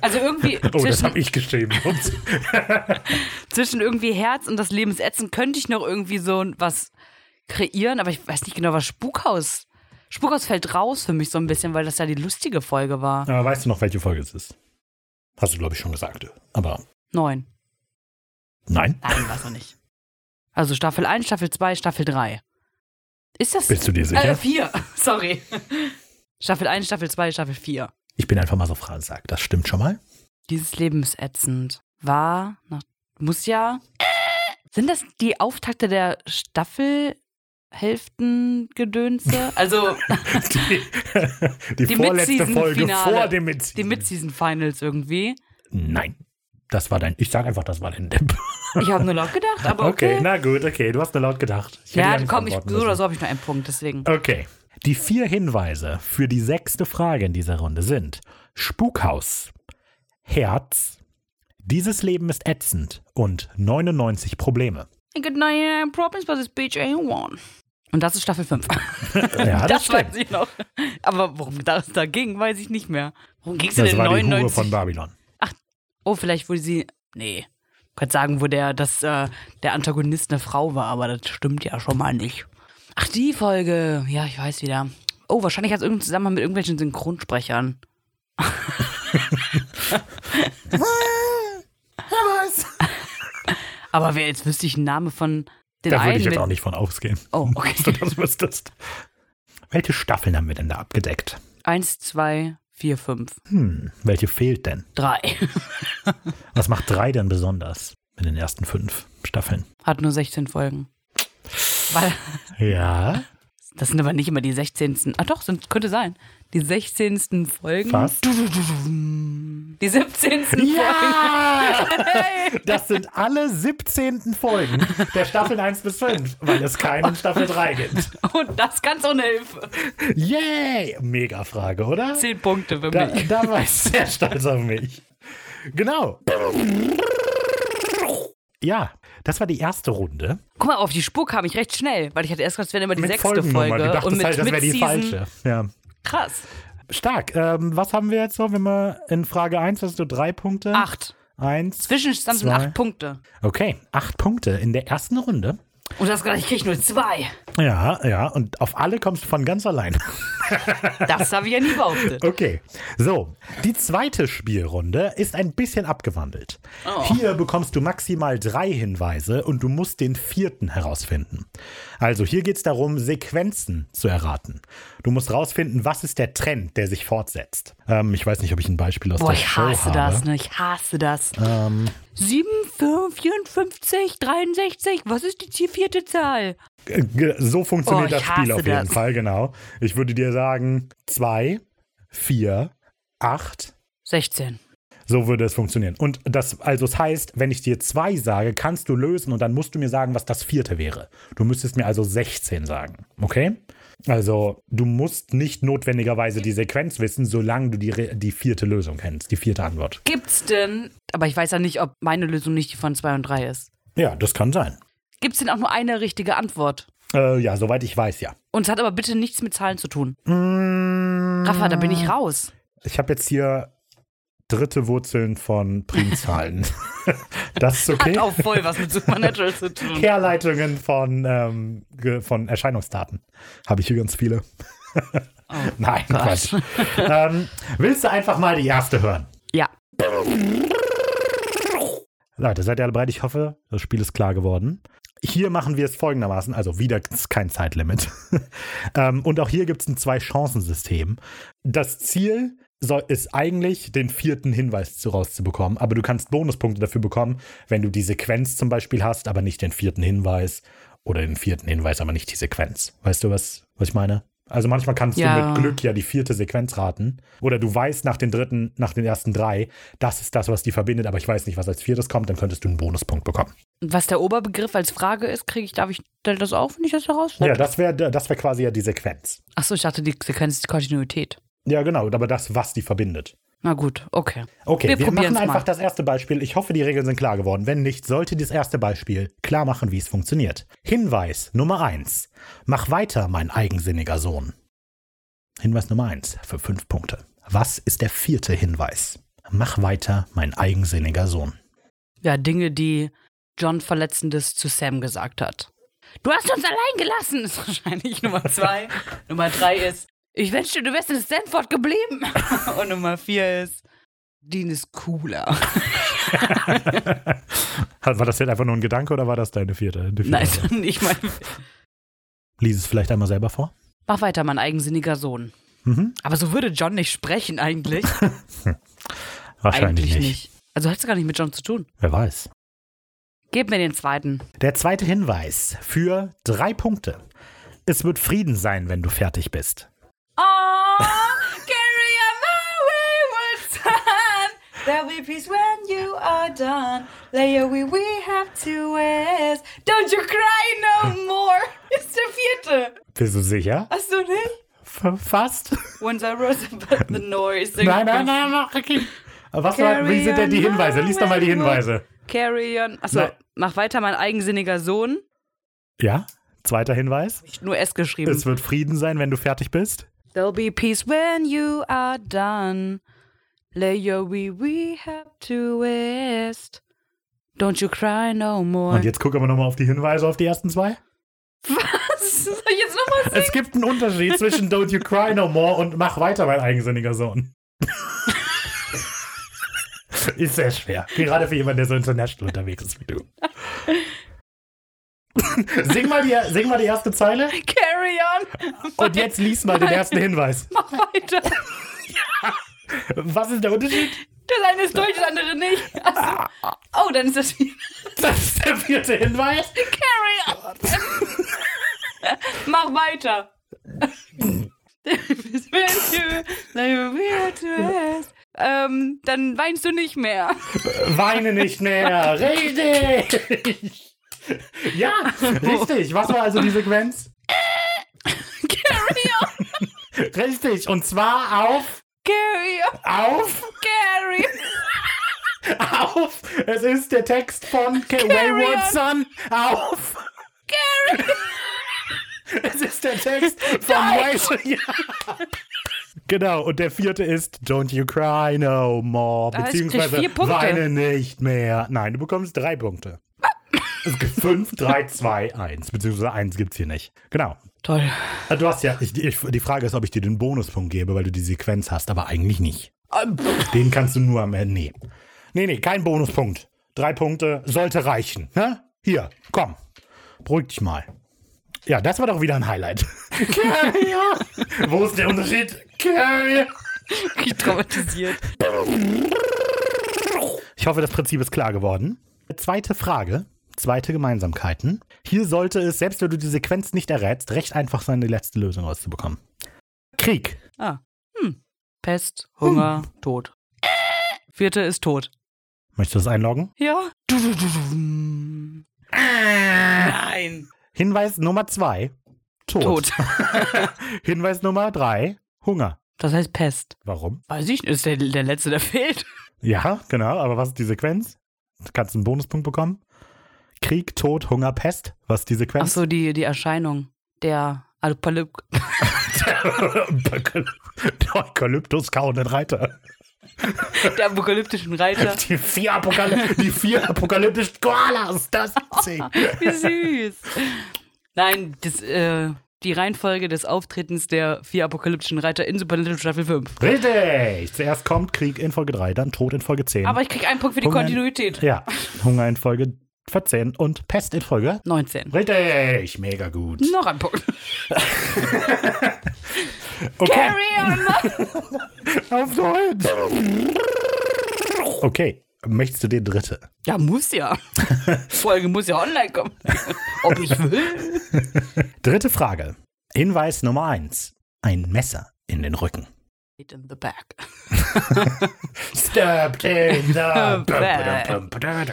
A: Also irgendwie
B: Oh, das
A: zwischen,
B: habe ich geschrieben. Ups.
A: zwischen irgendwie Herz und das Lebensätzen könnte ich noch irgendwie so ein- was kreieren, aber ich weiß nicht genau, was Spukhaus. Spukhaus fällt raus für mich so ein bisschen, weil das ja die lustige Folge war.
B: Aber weißt du noch, welche Folge es ist? Hast du, glaube ich, schon gesagt. Aber
A: Neun.
B: nein.
A: Nein, war es noch nicht. Also Staffel 1, Staffel 2, Staffel 3. Ist das?
B: Bist du dir
A: äh,
B: sicher?
A: 4. Sorry. Staffel 1, Staffel 2, Staffel 4.
B: Ich bin einfach mal so fragensagt. Das stimmt schon mal.
A: Dieses lebensätzend war nach, muss ja. Sind das die Auftakte der Staffelhälftengedönse? Also
B: Die, die,
A: Die
B: vorletzte Folge
A: Mid-Season-Finale.
B: vor dem
A: die
B: Mid-Season.
A: Mid-Season Finals irgendwie.
B: Nein. Das war dein. Ich sag einfach, das war dein Depp.
A: Ich habe nur laut gedacht, aber okay.
B: na gut, okay. Du hast nur laut gedacht. Ich hätte
A: ja,
B: nicht
A: komm, ich,
B: antworten
A: so oder
B: müssen.
A: so habe ich nur einen Punkt, deswegen.
B: Okay. Die vier Hinweise für die sechste Frage in dieser Runde sind Spukhaus, Herz, Dieses Leben ist ätzend und 99 Probleme.
A: I got no problems, but this bitch ain't one. Und das ist Staffel 5.
B: Ja,
A: das weiß ich noch. Aber worum das da ging, weiß ich nicht mehr. Worum ging es denn
B: Das
A: in
B: war die Hure
A: 99?
B: von Babylon.
A: Oh, vielleicht wurde sie. Nee. Ich könnte sagen, wo der, das, äh, der Antagonist eine Frau war, aber das stimmt ja schon mal nicht. Ach, die Folge. Ja, ich weiß wieder. Oh, wahrscheinlich hat es irgendeinen Zusammenhang mit irgendwelchen Synchronsprechern. Aber wer jetzt wüsste ich einen Namen von den
B: Da würde
A: einen
B: ich jetzt
A: mit-
B: auch nicht von ausgehen,
A: Oh,
B: dass du
A: okay.
B: das wüsstest. Welche Staffeln haben wir denn da abgedeckt?
A: Eins, zwei, vier, fünf,
B: Hm, welche fehlt denn?
A: drei.
B: Was macht drei denn besonders in den ersten fünf Staffeln?
A: Hat nur 16 Folgen. Weil,
B: Ja,
A: das sind aber nicht immer die 16. Ah doch, sind, könnte sein. Die 16. Folgen.
B: fast.
A: Die 17.
B: Ja!
A: Folgen. Hey.
B: Das sind alle 17. Folgen der Staffeln 1 bis 5, weil es keinen Staffel 3 gibt.
A: Und das ganz ohne Hilfe.
B: Yay! Mega Frage, oder?
A: Zehn Punkte für
B: Da,
A: um mich.
B: da war ich sehr stolz auf mich. Genau. Ja, das war die erste Runde.
A: Guck mal, auf die Spur kam ich recht schnell, weil ich hatte erst gedacht, es wäre immer die
B: mit
A: sechste
B: Folgennummer.
A: Folge.
B: Du dachtest
A: und mit,
B: halt, das
A: mit
B: wäre die
A: Season.
B: falsche. Ja.
A: Krass.
B: Stark. Ähm, was haben wir jetzt so? Wenn wir in Frage 1 hast du drei Punkte.
A: Acht.
B: Eins.
A: Zwischenstand sind
B: Zwei.
A: acht Punkte.
B: Okay, acht Punkte in der ersten Runde.
A: Und du hast gedacht, ich krieg nur zwei.
B: Ja, ja. Und auf alle kommst du von ganz allein.
A: Das habe ich ja nie behauptet.
B: Okay. So, die zweite Spielrunde ist ein bisschen abgewandelt. Hier bekommst du maximal drei Hinweise und du musst den vierten herausfinden. Also hier geht es darum, Sequenzen zu erraten. Du musst herausfinden, was ist der Trend, der sich fortsetzt. Ähm, ich weiß nicht, ob ich ein Beispiel aus
A: Boah,
B: der
A: ich
B: Show
A: hasse
B: habe.
A: das, ne? Ich hasse das.
B: Ähm,
A: 7, 5, 54, 63. Was ist die vier- vierte Zahl?
B: Äh, Ge- So funktioniert
A: Oh, ich
B: das Spiel
A: hasse
B: auf jeden
A: das.
B: Fall, genau. Ich würde dir sagen, zwei, vier, acht.
A: 16.
B: So würde es funktionieren. Und das, also es heißt, wenn ich dir zwei sage, kannst du lösen und dann musst du mir sagen, was das vierte wäre. Du müsstest mir also 16 sagen, okay? Also du musst nicht notwendigerweise die Sequenz wissen, solange du die, re- die vierte Lösung kennst, die vierte Antwort.
A: Gibt's denn, aber ich weiß ja nicht, ob meine Lösung nicht die von 2 und 3 ist.
B: Ja, das kann sein.
A: Gibt's denn auch nur eine richtige Antwort?
B: Äh, ja, soweit ich weiß, ja.
A: Und es hat aber bitte nichts mit Zahlen zu tun.
B: Mm.
A: Rafa, da bin ich raus.
B: Ich habe jetzt hier dritte Wurzeln von Primzahlen. das ist okay.
A: Hat auch voll was mit Supernatural zu tun.
B: Herleitungen Mhm. von, ähm, ge- von Erscheinungsdaten. Habe ich hier ganz viele. Nein, Quatsch. ähm, willst du einfach mal die erste hören?
A: Ja.
B: Leute, seid ihr alle bereit? Ich hoffe, das Spiel ist klar geworden. Hier machen wir es folgendermaßen, also wieder kein Zeitlimit. ähm, und auch hier gibt es ein Zwei-Chancen-System. Das Ziel soll, ist eigentlich, den vierten Hinweis zu rauszubekommen, aber du kannst Bonuspunkte dafür bekommen, wenn du die Sequenz zum Beispiel hast, aber nicht den vierten Hinweis oder den vierten Hinweis, aber nicht die Sequenz. Weißt du, was, was ich meine? Also manchmal kannst du
A: Ja.
B: mit Glück ja die vierte Sequenz raten. Oder du weißt nach den dritten, nach den ersten drei, das ist das, was die verbindet, aber ich weiß nicht, was als viertes kommt, dann könntest du einen Bonuspunkt bekommen.
A: Und was der Oberbegriff als Frage ist, kriege ich, darf ich stell das auf, wenn ich das herausfinde?
B: Ja, das wäre das wär quasi ja die Sequenz.
A: Achso, ich dachte, die Sequenz ist die Kontinuität.
B: Ja, genau, aber das, was die verbindet.
A: Na gut, okay.
B: Okay, wir,
A: Wir
B: machen
A: probieren's
B: einfach
A: mal.
B: das erste Beispiel. Ich hoffe, die Regeln sind klar geworden. Wenn nicht, sollte das erste Beispiel klar machen, wie es funktioniert. Hinweis Nummer 1. Mach weiter, mein eigensinniger Sohn. Hinweis Nummer 1 für 5 Punkte. Was ist der vierte Hinweis? Mach weiter, mein eigensinniger Sohn.
A: Ja, Dinge, die John Verletzendes zu Sam gesagt hat. Du hast uns allein gelassen, ist wahrscheinlich Nummer zwei. Nummer drei ist, ich wünschte, du wärst in Stanford geblieben. Und Nummer vier ist, Dean ist cooler.
B: War das jetzt einfach nur ein Gedanke oder war das deine vierte? Die vierte
A: Nein, also nicht mein.
B: Lies es vielleicht einmal selber vor.
A: Mach weiter, mein eigensinniger Sohn.
B: Mhm.
A: Aber so würde John nicht sprechen eigentlich. eigentlich
B: Wahrscheinlich nicht.
A: Also hat's gar nicht mit John zu tun.
B: Wer weiß.
A: Gib mir den zweiten.
B: Der zweite Hinweis für drei Punkte. Es wird Frieden sein, wenn du fertig bist.
A: Oh, carry on my wayward son. There will be peace when you are done. Layer we we have to rest. Don't you cry no more. Ist der vierte.
B: Bist du sicher?
A: Hast du nicht?
B: Fast.
A: Once I rose above the noise.
B: Nein, nein, nein, mach okay. Was war, wie sind denn die Hinweise? Lies doch mal die Hinweise.
A: Carry on. Achso,
B: Nein.
A: mach weiter, mein eigensinniger Sohn.
B: Ja, zweiter Hinweis.
A: Nur S geschrieben.
B: Es wird Frieden sein, wenn du fertig bist.
A: There'll be peace when you are done. Layer we we have to rest. Don't you cry no more.
B: Und jetzt gucken wir nochmal auf die Hinweise auf die ersten zwei.
A: Was? Soll ich jetzt nochmal
B: Es gibt einen Unterschied zwischen Don't You Cry No More und Mach weiter, mein eigensinniger Sohn. ist sehr schwer. Gerade für jemanden, der so international unterwegs ist wie du. sing, mal die, sing mal die erste Zeile
A: Carry on.
B: und jetzt lies mal den ersten Hinweis.
A: Mach weiter.
B: Was ist der Unterschied?
A: Das eine ist deutsch, das andere nicht. Also, oh, dann ist das wieder
B: Das ist der vierte Hinweis.
A: Carry on. Mach weiter. ähm, dann weinst du nicht mehr.
B: Weine nicht mehr. Richtig. Ja, richtig. Was war also die Sequenz?
A: Carry on.
B: Richtig. Und zwar auf,
A: Carry on.
B: auf.
A: Carry
B: auf. Es ist der Text von K Wayward Son auf. Gary. Es ist der Text von Wayward. Ja. Genau, und der vierte ist Don't You Cry No
A: heißt,
B: More,
A: ich krieg
B: beziehungsweise
A: vier Punkte.
B: Weine nicht mehr. Nein, du bekommst drei Punkte. Es gibt fünf, drei, zwei, eins, beziehungsweise eins gibt's hier nicht. Genau. Also
A: Toll.
B: Du hast ja, ich, ich, die Frage ist, ob ich dir den Bonuspunkt gebe, weil du die Sequenz hast, aber eigentlich nicht. Den kannst du nur am Ende. Nee. Nee, nee, kein Bonuspunkt. Drei Punkte sollte reichen. Ne? Hier, komm. Beruhig dich mal. Ja, das war doch wieder ein Highlight. Carrier! Wo ist der Unterschied? Carrier!
A: Ich traumatisiert.
B: Ich hoffe, das Prinzip ist klar geworden. Zweite Frage, zweite Gemeinsamkeiten. Hier sollte es, selbst wenn du die Sequenz nicht errätst, recht einfach sein, die letzte Lösung rauszubekommen. Krieg.
A: Ah. Hm. Pest, Hunger, Tod. Vierte ist tot.
B: Möchtest du das einloggen?
A: Ja. Nein.
B: Hinweis Nummer zwei. Tod.
A: Tot.
B: Hinweis Nummer drei. Hunger.
A: Das heißt Pest.
B: Warum?
A: Weiß ich nicht, ist der, der letzte, der fehlt.
B: Ja, genau, aber was ist die Sequenz? Du kannst einen Bonuspunkt bekommen. Krieg, Tod, Hunger, Pest. Was ist die
A: Ach
B: Sequenz?
A: so, die, die Erscheinung. Der Apokalyp
B: Der Eukalyptus kauenden Reiter.
A: der apokalyptischen Reiter.
B: Die vier, Apokaly die vier apokalyptischen Koalas. Das ist sie.
A: Wie süß. Nein, das, äh, die Reihenfolge des Auftretens der vier apokalyptischen Reiter in Supernatural Staffel 5.
B: Richtig. Zuerst kommt Krieg in Folge 3, dann Tod in Folge 10.
A: Aber ich krieg einen Punkt für die
B: Hunger-
A: Kontinuität.
B: ja, Hunger in Folge 14 und Pest in Folge.
A: 19.
B: Richtig. Mega gut.
A: Noch ein Punkt.
B: Okay.
A: Carry on.
B: Auf Deutsch. Okay, möchtest du den dritte?
A: Ja, muss ja. Folge muss ja online kommen. Ob ich will.
B: Dritte Frage. Hinweis Nummer eins. Ein Messer in den Rücken.
A: Hit in the back.
B: Stabbed in
A: the-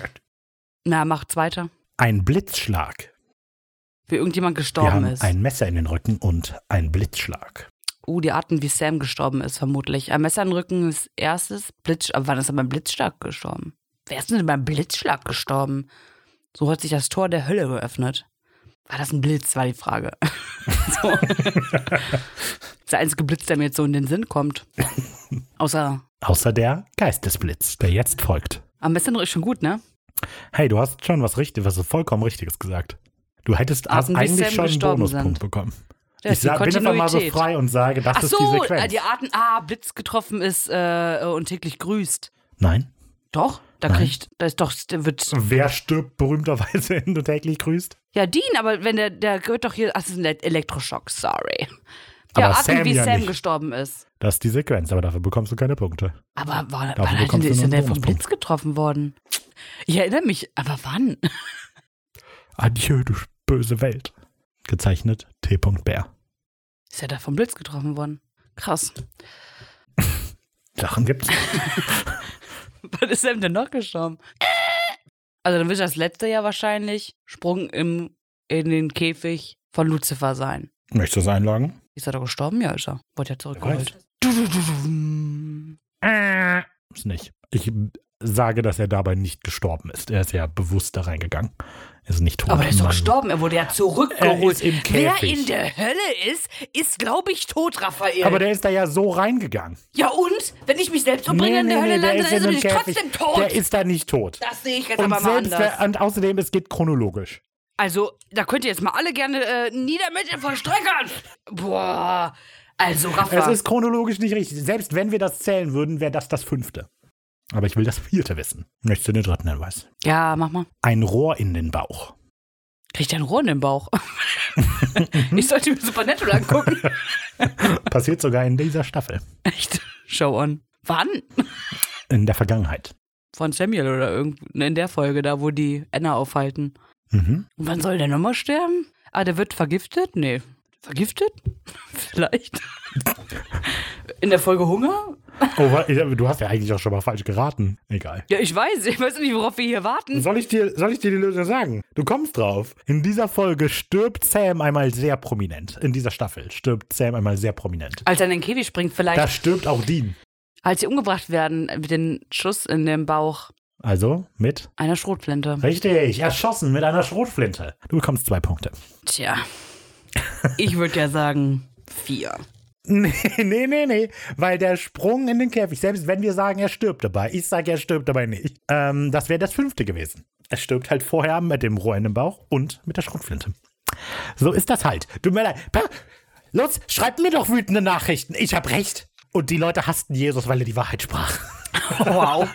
A: Na, macht's weiter.
B: Ein Blitzschlag.
A: Wie irgendjemand
B: Wir
A: gestorben
B: haben
A: ist.
B: ein Messer in den Rücken und ein Blitzschlag.
A: Uh, die Arten, wie Sam gestorben ist, vermutlich. Ein Messer im Rücken ist erstes. Blitz, aber wann ist er beim Blitzschlag gestorben? Wer ist denn beim Blitzschlag gestorben? So hat sich das Tor der Hölle geöffnet. War das ein Blitz, war die Frage. so. das ist der einzige Blitz, der mir jetzt so in den Sinn kommt. Außer
B: Außer der Geistesblitz, der jetzt folgt.
A: am Messer ist schon gut, ne?
B: Hey, du hast schon was richtig, was vollkommen Richtiges gesagt. Du hättest
A: Arten, wie
B: eigentlich
A: Sam
B: schon einen
A: gestorben
B: Bonuspunkt
A: sind.
B: bekommen.
A: Ja,
B: ich
A: ist die
B: sag, bin einfach mal so
A: Kontinuität.
B: frei und sage, das
A: Ach
B: ist die
A: so,
B: Sequenz.
A: äh, die Arten, ah, Blitz getroffen ist äh, und täglich grüßt.
B: Nein.
A: Doch, da kriegt, da ist doch, da wird
B: Wer stirbt berühmterweise, wenn du täglich grüßt?
A: Ja, Dean, aber wenn der, der gehört doch hier, ach, das ist ein Le- Elektroschock, sorry. Der
B: Aber
A: Art,
B: Sam
A: wie
B: ja
A: Sam
B: nicht.
A: gestorben ist.
B: Das ist die Sequenz, aber dafür bekommst du keine Punkte.
A: Aber war,
B: Dafür
A: wann hat denn,
B: bekommst du
A: ist
B: nur
A: denn der
B: einen
A: vom Blitz getroffen worden? Ich erinnere mich, aber wann?
B: Adieu, du böse Welt. Gezeichnet T. Bär.
A: Ist er da vom Blitz getroffen worden? Krass.
B: Sachen gibt's.
A: Wann ist Sam denn noch gestorben? Also dann wird das letzte Jahr wahrscheinlich Sprung im, in den Käfig von Lucifer sein.
B: Möchtest du es einloggen?
A: Ist er da gestorben? Ja, ist er. Wurde ja zurückgeholt.
B: Ist nicht. Ich sage, dass er dabei nicht gestorben ist. Er ist ja bewusst da reingegangen. Er ist nicht tot.
A: Aber er ist doch
B: Mann.
A: gestorben, er wurde ja zurückgeholt.
B: Er ist im
A: Wer
B: Käfig.
A: in der Hölle ist, ist, glaube ich, tot, Raphael.
B: Aber der ist da ja so reingegangen.
A: ja und? Wenn ich mich selbst umbringe in der Hölle lande, dann ist er
B: einem
A: nicht trotzdem tot.
B: Der ist da nicht tot.
A: das sehe ich jetzt
B: Und,
A: aber mal
B: selbst
A: anders.
B: wer, und außerdem, es geht chronologisch.
A: Also, da könnt ihr jetzt mal alle gerne äh, nieder mit den Verstreckern. Boah. Also,
B: Es
A: Rafa.
B: ist chronologisch nicht richtig. Selbst wenn wir das zählen würden, wäre das das fünfte. Aber ich will das vierte wissen. Möchtest du den dritten Hinweis?
A: ja, mach mal.
B: Ein Rohr in den Bauch.
A: Kriegt ein Rohr in den Bauch. ich sollte mir Supernatural angucken.
B: Passiert sogar in dieser Staffel.
A: Echt? Show on. Wann?
B: In der Vergangenheit.
A: Von Samuel oder irgend ne, in der Folge da, wo die Anna aufhalten.
B: Mhm.
A: Und wann soll der nochmal sterben? Ah, der wird vergiftet? Nee. Vergiftet? Vielleicht. In der Folge Hunger?
B: Oh, wa- ich- du hast ja eigentlich auch schon mal falsch geraten. Egal.
A: Ja, ich weiß. Ich weiß nicht, worauf wir hier warten.
B: Soll ich, dir, soll ich dir die Lösung sagen? Du kommst drauf. In dieser Folge stirbt Sam einmal sehr prominent. In dieser Staffel stirbt Sam einmal sehr prominent.
A: Als er in den Käfig springt, vielleicht.
B: Da stirbt auch Dean.
A: Als sie umgebracht werden mit dem Schuss in dem Bauch
B: Also mit.
A: einer Schrotflinte.
B: Richtig, erschossen mit einer Schrotflinte. Du bekommst zwei Punkte.
A: Tja. Ich würde ja sagen, vier.
B: Nee, nee, nee, nee, weil der Sprung in den Käfig, selbst wenn wir sagen, er stirbt dabei, ich sage, er stirbt dabei nicht, ähm, das wäre das fünfte gewesen. Er stirbt halt vorher mit dem Rohr in dem Bauch und mit der Schrotflinte. So ist das halt. Du mir leid. Pa- Lutz, schreibt mir doch wütende Nachrichten. Ich hab recht. Und die Leute hassten Jesus, weil er die Wahrheit sprach.
A: Wow.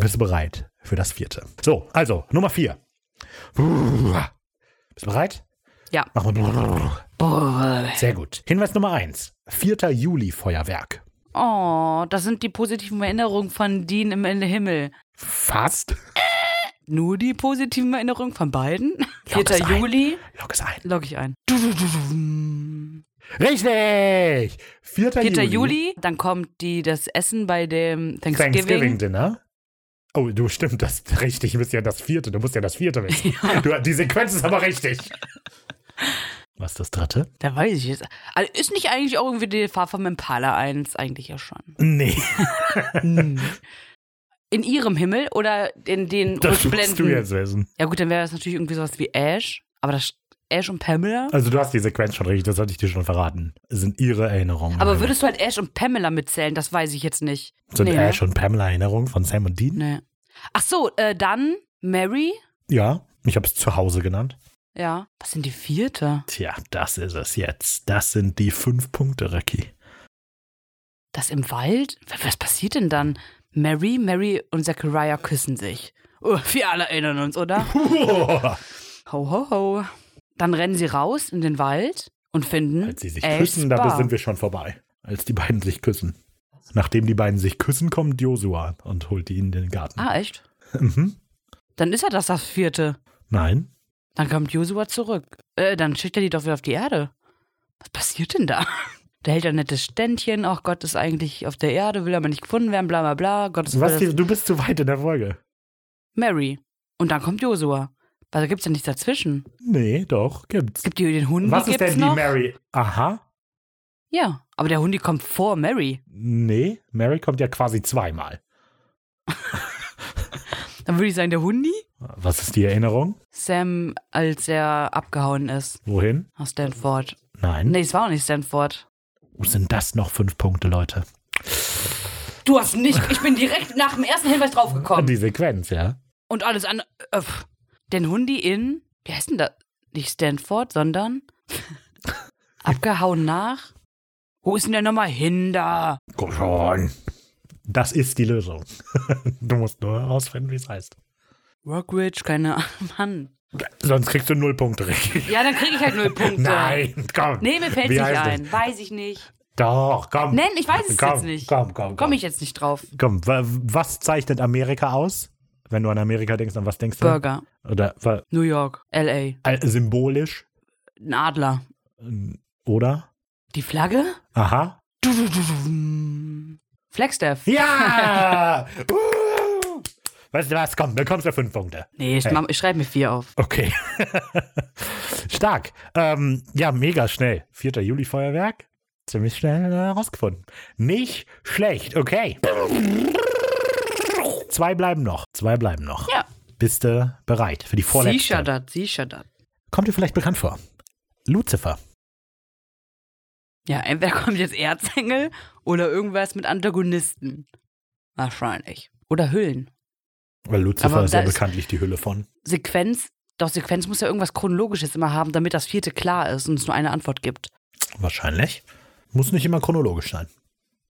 B: Bist du bereit für das vierte? So, also, Nummer vier. Bist du bereit?
A: Ja.
B: Mach mal.
A: Boah.
B: Sehr gut. Hinweis Nummer eins. 4. Juli Feuerwerk.
A: Oh, das sind die positiven Erinnerungen von Dean im Himmel.
B: Fast.
A: Nur die positiven Erinnerungen von beiden?
B: Log
A: 4.
B: es ein.
A: Juli?
B: Log es ein.
A: Log ich ein.
B: Richtig! 4.
A: 4.
B: Juli.
A: Juli, dann kommt die, das Essen bei dem Thanksgiving.
B: Thanksgiving Dinner. Oh, du stimmt, das ist richtig. Du bist ja das vierte. Du musst ja das vierte wissen. Du, die Sequenz ist aber richtig. Was ist das dritte?
A: Da weiß ich jetzt. Also ist nicht eigentlich auch irgendwie die Fahrt vom Impala 1? Eigentlich ja schon.
B: Nee.
A: In ihrem Himmel oder in den
B: Das musst du
A: Rückblenden?
B: jetzt wissen.
A: Ja gut, dann wäre das natürlich irgendwie sowas wie Ash, aber das Ash und Pamela.
B: Also du hast die Sequenz schon richtig, das hatte ich dir schon verraten. Das sind ihre Erinnerungen.
A: Aber würdest du halt Ash und Pamela mitzählen? Das weiß ich jetzt nicht.
B: Sind
A: nee, ne?
B: Ash und Pamela Erinnerungen von Sam und Dean?
A: Nee. Ach so, äh, dann Mary.
B: Ja, ich habe es zu Hause genannt.
A: Ja. Was sind die vierte?
B: Tja, das ist es jetzt. Das sind die fünf Punkte, Ricky.
A: Das im Wald? W- Was passiert denn dann? Mary, Mary und Zachariah küssen sich. Oh, wir alle erinnern uns, oder? Ho, ho, ho. Dann rennen sie raus in den Wald und finden.
B: Als sie sich
A: Ash
B: küssen,
A: Spa.
B: da sind wir schon vorbei. Als die beiden sich küssen. Nachdem die beiden sich küssen, kommt Josua und holt ihn in den Garten.
A: Ah, echt?
B: Mhm.
A: Dann ist er das, das vierte.
B: Nein.
A: Dann kommt Josua zurück. Äh, dann schickt er die doch wieder auf die Erde. Was passiert denn da? Der hält ein nettes Ständchen. Ach, Gott ist eigentlich auf der Erde, will aber nicht gefunden werden, bla, bla, bla. Gott ist
B: Was, du bist zu weit in der Folge.
A: Mary. Und dann kommt Josua. Weil da gibt's ja nichts dazwischen.
B: Nee, doch, gibt's.
A: Es gibt die den Hundi.
B: Was ist
A: gibt's
B: denn die
A: noch?
B: Mary? Aha.
A: Ja, aber der Hundi kommt vor Mary.
B: Nee, Mary kommt ja quasi zweimal.
A: Dann würde ich sagen, der Hundi?
B: Was ist die Erinnerung?
A: Sam, als er abgehauen ist
B: Wohin?
A: aus Stanford.
B: Nein.
A: Nee, es war auch nicht Stanford.
B: Sind das noch fünf Punkte, Leute?
A: Du hast nicht. Ich bin direkt nach dem ersten Hinweis draufgekommen.
B: Die Sequenz, ja.
A: Und alles an. Äh, pff. den Hundi in. Wie heißt denn das? Nicht Stanford, sondern. abgehauen nach. Wo ist denn der nochmal hin da?
B: Komm schon. Das ist die Lösung. du musst nur herausfinden, wie es heißt.
A: Rockridge, keine Ahnung. Mann.
B: Sonst kriegst du null Punkte, Ricky.
A: Ja, dann kriege ich halt null Punkte.
B: Nein, komm.
A: Nee, mir fällt's
B: Wie
A: nicht
B: heißt
A: ein.
B: es?
A: Weiß ich nicht.
B: Doch, komm.
A: Nein, ich weiß es
B: komm,
A: jetzt nicht.
B: Komm, komm, komm.
A: Komme ich jetzt nicht drauf.
B: Komm, wa- was zeichnet Amerika aus? Wenn du an Amerika denkst, an was denkst du?
A: Burger.
B: Oder wa-
A: New York. L.A.
B: äh, symbolisch,
A: Ein Adler.
B: oder?
A: Die Flagge?
B: Aha.
A: Du, du, du, du. Flagstaff.
B: Ja! uh! Weißt du was? Komm, bekommst du fünf Punkte.
A: Nee, ich,
B: Hey.
A: mach- ich schreibe mir vier auf.
B: Okay. Stark. Ähm, ja, mega schnell. 4. Juli Feuerwerk. Ziemlich schnell äh, rausgefunden. Nicht schlecht. Okay. Zwei bleiben noch. Zwei bleiben noch.
A: Ja.
B: Bist du bereit für die
A: Sicher
B: vorletzte?
A: das, sicher das.
B: Kommt dir vielleicht bekannt vor. Lucifer.
A: Ja, entweder kommt jetzt Erzengel oder irgendwas mit Antagonisten. Wahrscheinlich. Oder Hüllen.
B: Weil Lucifer
A: Aber
B: ist
A: da
B: ja
A: ist-
B: bekanntlich die Hülle von.
A: Sequenz, doch Sequenz muss ja irgendwas Chronologisches immer haben, damit das vierte klar ist und es nur eine Antwort gibt.
B: Wahrscheinlich. Muss nicht immer chronologisch sein.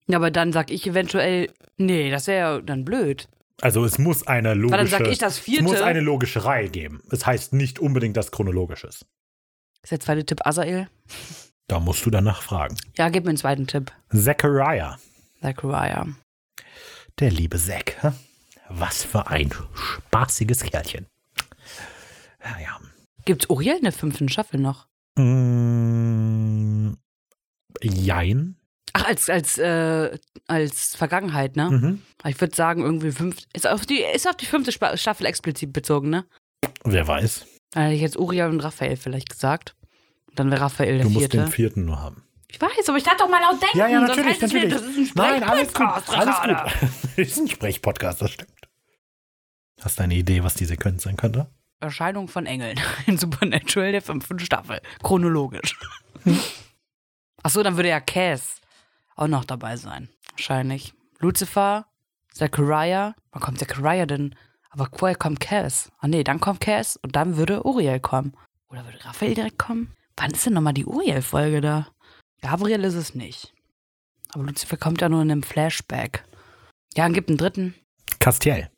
A: Ja, aber dann sag ich eventuell, nee, das wäre ja dann blöd.
B: Also es muss eine logische.
A: Weil dann sag ich das
B: es muss
A: vierte.
B: eine logische Reihe geben. Es heißt nicht unbedingt, dass chronologisch ist.
A: Ist der zweite Tipp Asael?
B: Da musst du danach fragen.
A: Ja, gib mir einen zweiten Tipp.
B: Zachariah.
A: Zachariah.
B: Der liebe Zack. hä? Was für ein spaßiges Kerlchen. Ja, ja.
A: Gibt's Uriel in der fünften Staffel noch?
B: Mm, jein.
A: Ach, als, als, äh, als Vergangenheit, ne?
B: Mhm.
A: Ich würde sagen, irgendwie fünf. Ist auf die, ist auf die fünfte Spa- Staffel explizit bezogen, ne?
B: Wer weiß.
A: Dann hätte ich jetzt Uriel und Raphael vielleicht gesagt. Dann wäre Raphael der
B: Du musst
A: vierte.
B: den vierten nur haben.
A: ich weiß, aber ich darf doch mal laut denken.
B: Ja, ja,
A: sonst
B: natürlich,
A: heißt es wieder,
B: natürlich.
A: Das ist ein
B: Nein, alles gut.
A: Sprechpodcast, Ricarda.
B: Alles gut. Das ist ein Sprechpodcast, das stimmt. Hast du eine Idee, was die Sequenz sein könnte?
A: Erscheinung von Engeln in Supernatural der fünften Staffel. Chronologisch. Achso, dann würde ja Cass auch noch dabei sein. Wahrscheinlich. Lucifer, Zachariah. Wann kommt Zachariah denn? Aber vorher kommt Cass. Ah nee, dann kommt Cass und dann würde Uriel kommen. Oder würde Raphael direkt kommen? Wann ist denn nochmal die Uriel-Folge da? Gabriel ist es nicht. Aber Lucifer kommt ja nur in einem Flashback. Ja, dann gibt einen dritten.
B: Castiel.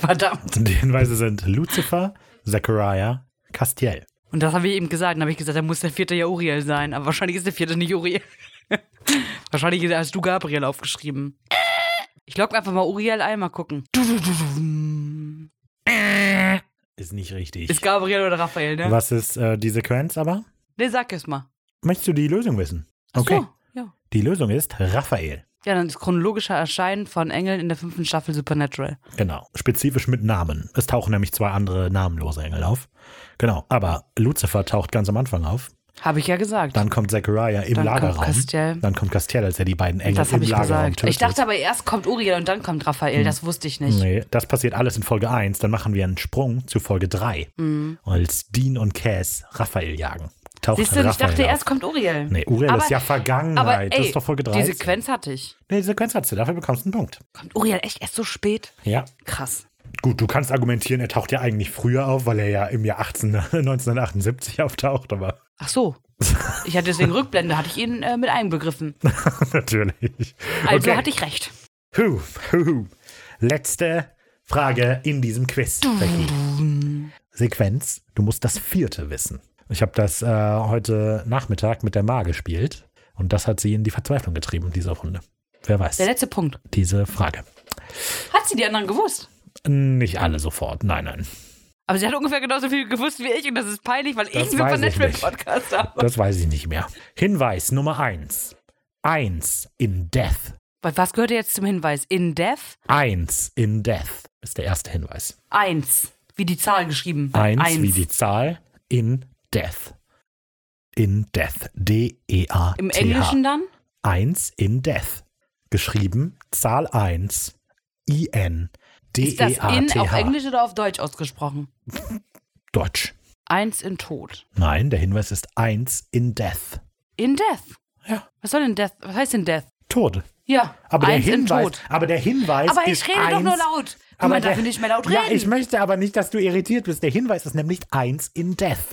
A: Verdammt.
B: Die Hinweise sind Lucifer, Zachariah, Castiel.
A: Und das habe ich eben gesagt. Dann habe ich gesagt, dann muss der vierte ja Uriel sein. Aber wahrscheinlich ist der vierte nicht Uriel. wahrscheinlich hast du Gabriel aufgeschrieben. Ich logge einfach mal Uriel ein, mal gucken. Du, du, du, du.
B: Ist nicht richtig.
A: Ist Gabriel oder Raphael, ne?
B: Was ist äh, die Sequenz aber?
A: Nee, sag es mal.
B: Möchtest du die Lösung wissen?
A: Ach
B: Okay.
A: So, ja.
B: Die Lösung ist Raphael.
A: ja, dann ist chronologischer Erscheinen von Engeln in der fünften Staffel Supernatural.
B: Genau. Spezifisch mit Namen. Es tauchen nämlich zwei andere namenlose Engel auf. Genau. Aber Lucifer taucht ganz am Anfang auf.
A: Habe ich ja gesagt.
B: Dann kommt Zachariah im
A: Dann kommt
B: Lagerraum.
A: Castiel.
B: Dann kommt Castiel, als er die beiden Engel
A: das
B: im
A: habe ich
B: Lagerraum
A: gesagt.
B: tötet.
A: Ich dachte aber erst kommt Uriel und dann kommt Raphael. Das wusste ich nicht.
B: Hm. Nee, das passiert alles in Folge 1. Dann machen wir einen Sprung zu Folge 3, als Dean und Cass Raphael jagen. Taucht
A: Mhm. Siehst du, ich
B: Raphael
A: dachte
B: auf.
A: erst kommt Uriel.
B: Nee, Uriel
A: aber,
B: ist ja Vergangenheit.
A: aber, ey,
B: das ist doch Folge 3.
A: Die Sequenz hatte ich.
B: nee, die Sequenz hast du. Dafür bekommst du einen Punkt.
A: Kommt Uriel echt erst so spät?
B: Ja.
A: Krass.
B: Gut, du kannst argumentieren, er taucht ja eigentlich früher auf, weil er ja im Jahr 18, 1978 auftaucht, aber
A: Ach so. Ich hatte deswegen Rückblende, hatte ich ihn äh, mit einbegriffen.
B: natürlich.
A: Also
B: okay.
A: hatte ich recht.
B: Huh, huh, huh. Letzte Frage in diesem Quiz. Becky. Sequenz, du musst das vierte wissen. Ich habe das äh, heute Nachmittag mit der Ma gespielt und das hat sie in die Verzweiflung getrieben, diese Runde. Wer weiß,
A: Der letzte Punkt.
B: diese Frage.
A: Hat sie die anderen gewusst?
B: Nicht alle sofort, nein, nein.
A: Aber sie hat ungefähr genauso viel gewusst wie ich und das ist peinlich, weil
B: Das
A: ich einen
B: weiß ich
A: Supernatural-Podcast habe.
B: Das weiß ich nicht mehr. Hinweis Nummer eins. Eins in Death.
A: Weil Was gehört jetzt zum Hinweis? In Death
B: Eins in Death ist der erste Hinweis.
A: 1. Wie die Zahl geschrieben.
B: Eins, wie die Zahl in Death. In Death. E D-E-A.
A: Im Englischen dann?
B: Eins in Death. Geschrieben Zahl 1. I-N. E
A: Ist das in auf
B: D-E-A-T-H.
A: Englisch oder auf Deutsch ausgesprochen?
B: Deutsch.
A: Eins in Tod.
B: Nein, der Hinweis ist eins in Death.
A: In Death.
B: Ja.
A: Was soll denn Death? Was heißt denn Death?
B: Tod.
A: Ja.
B: Aber
A: eins
B: der
A: in
B: Hinweis,
A: Tod.
B: aber der Hinweis
A: Aber
B: ist
A: ich rede doch nur
B: eins-
A: laut.
B: Aber
A: Aber man
B: der-
A: darf ja nicht mehr laut reden.
B: Ja, ich möchte aber nicht, dass du irritiert bist. Der Hinweis ist nämlich eins in Death.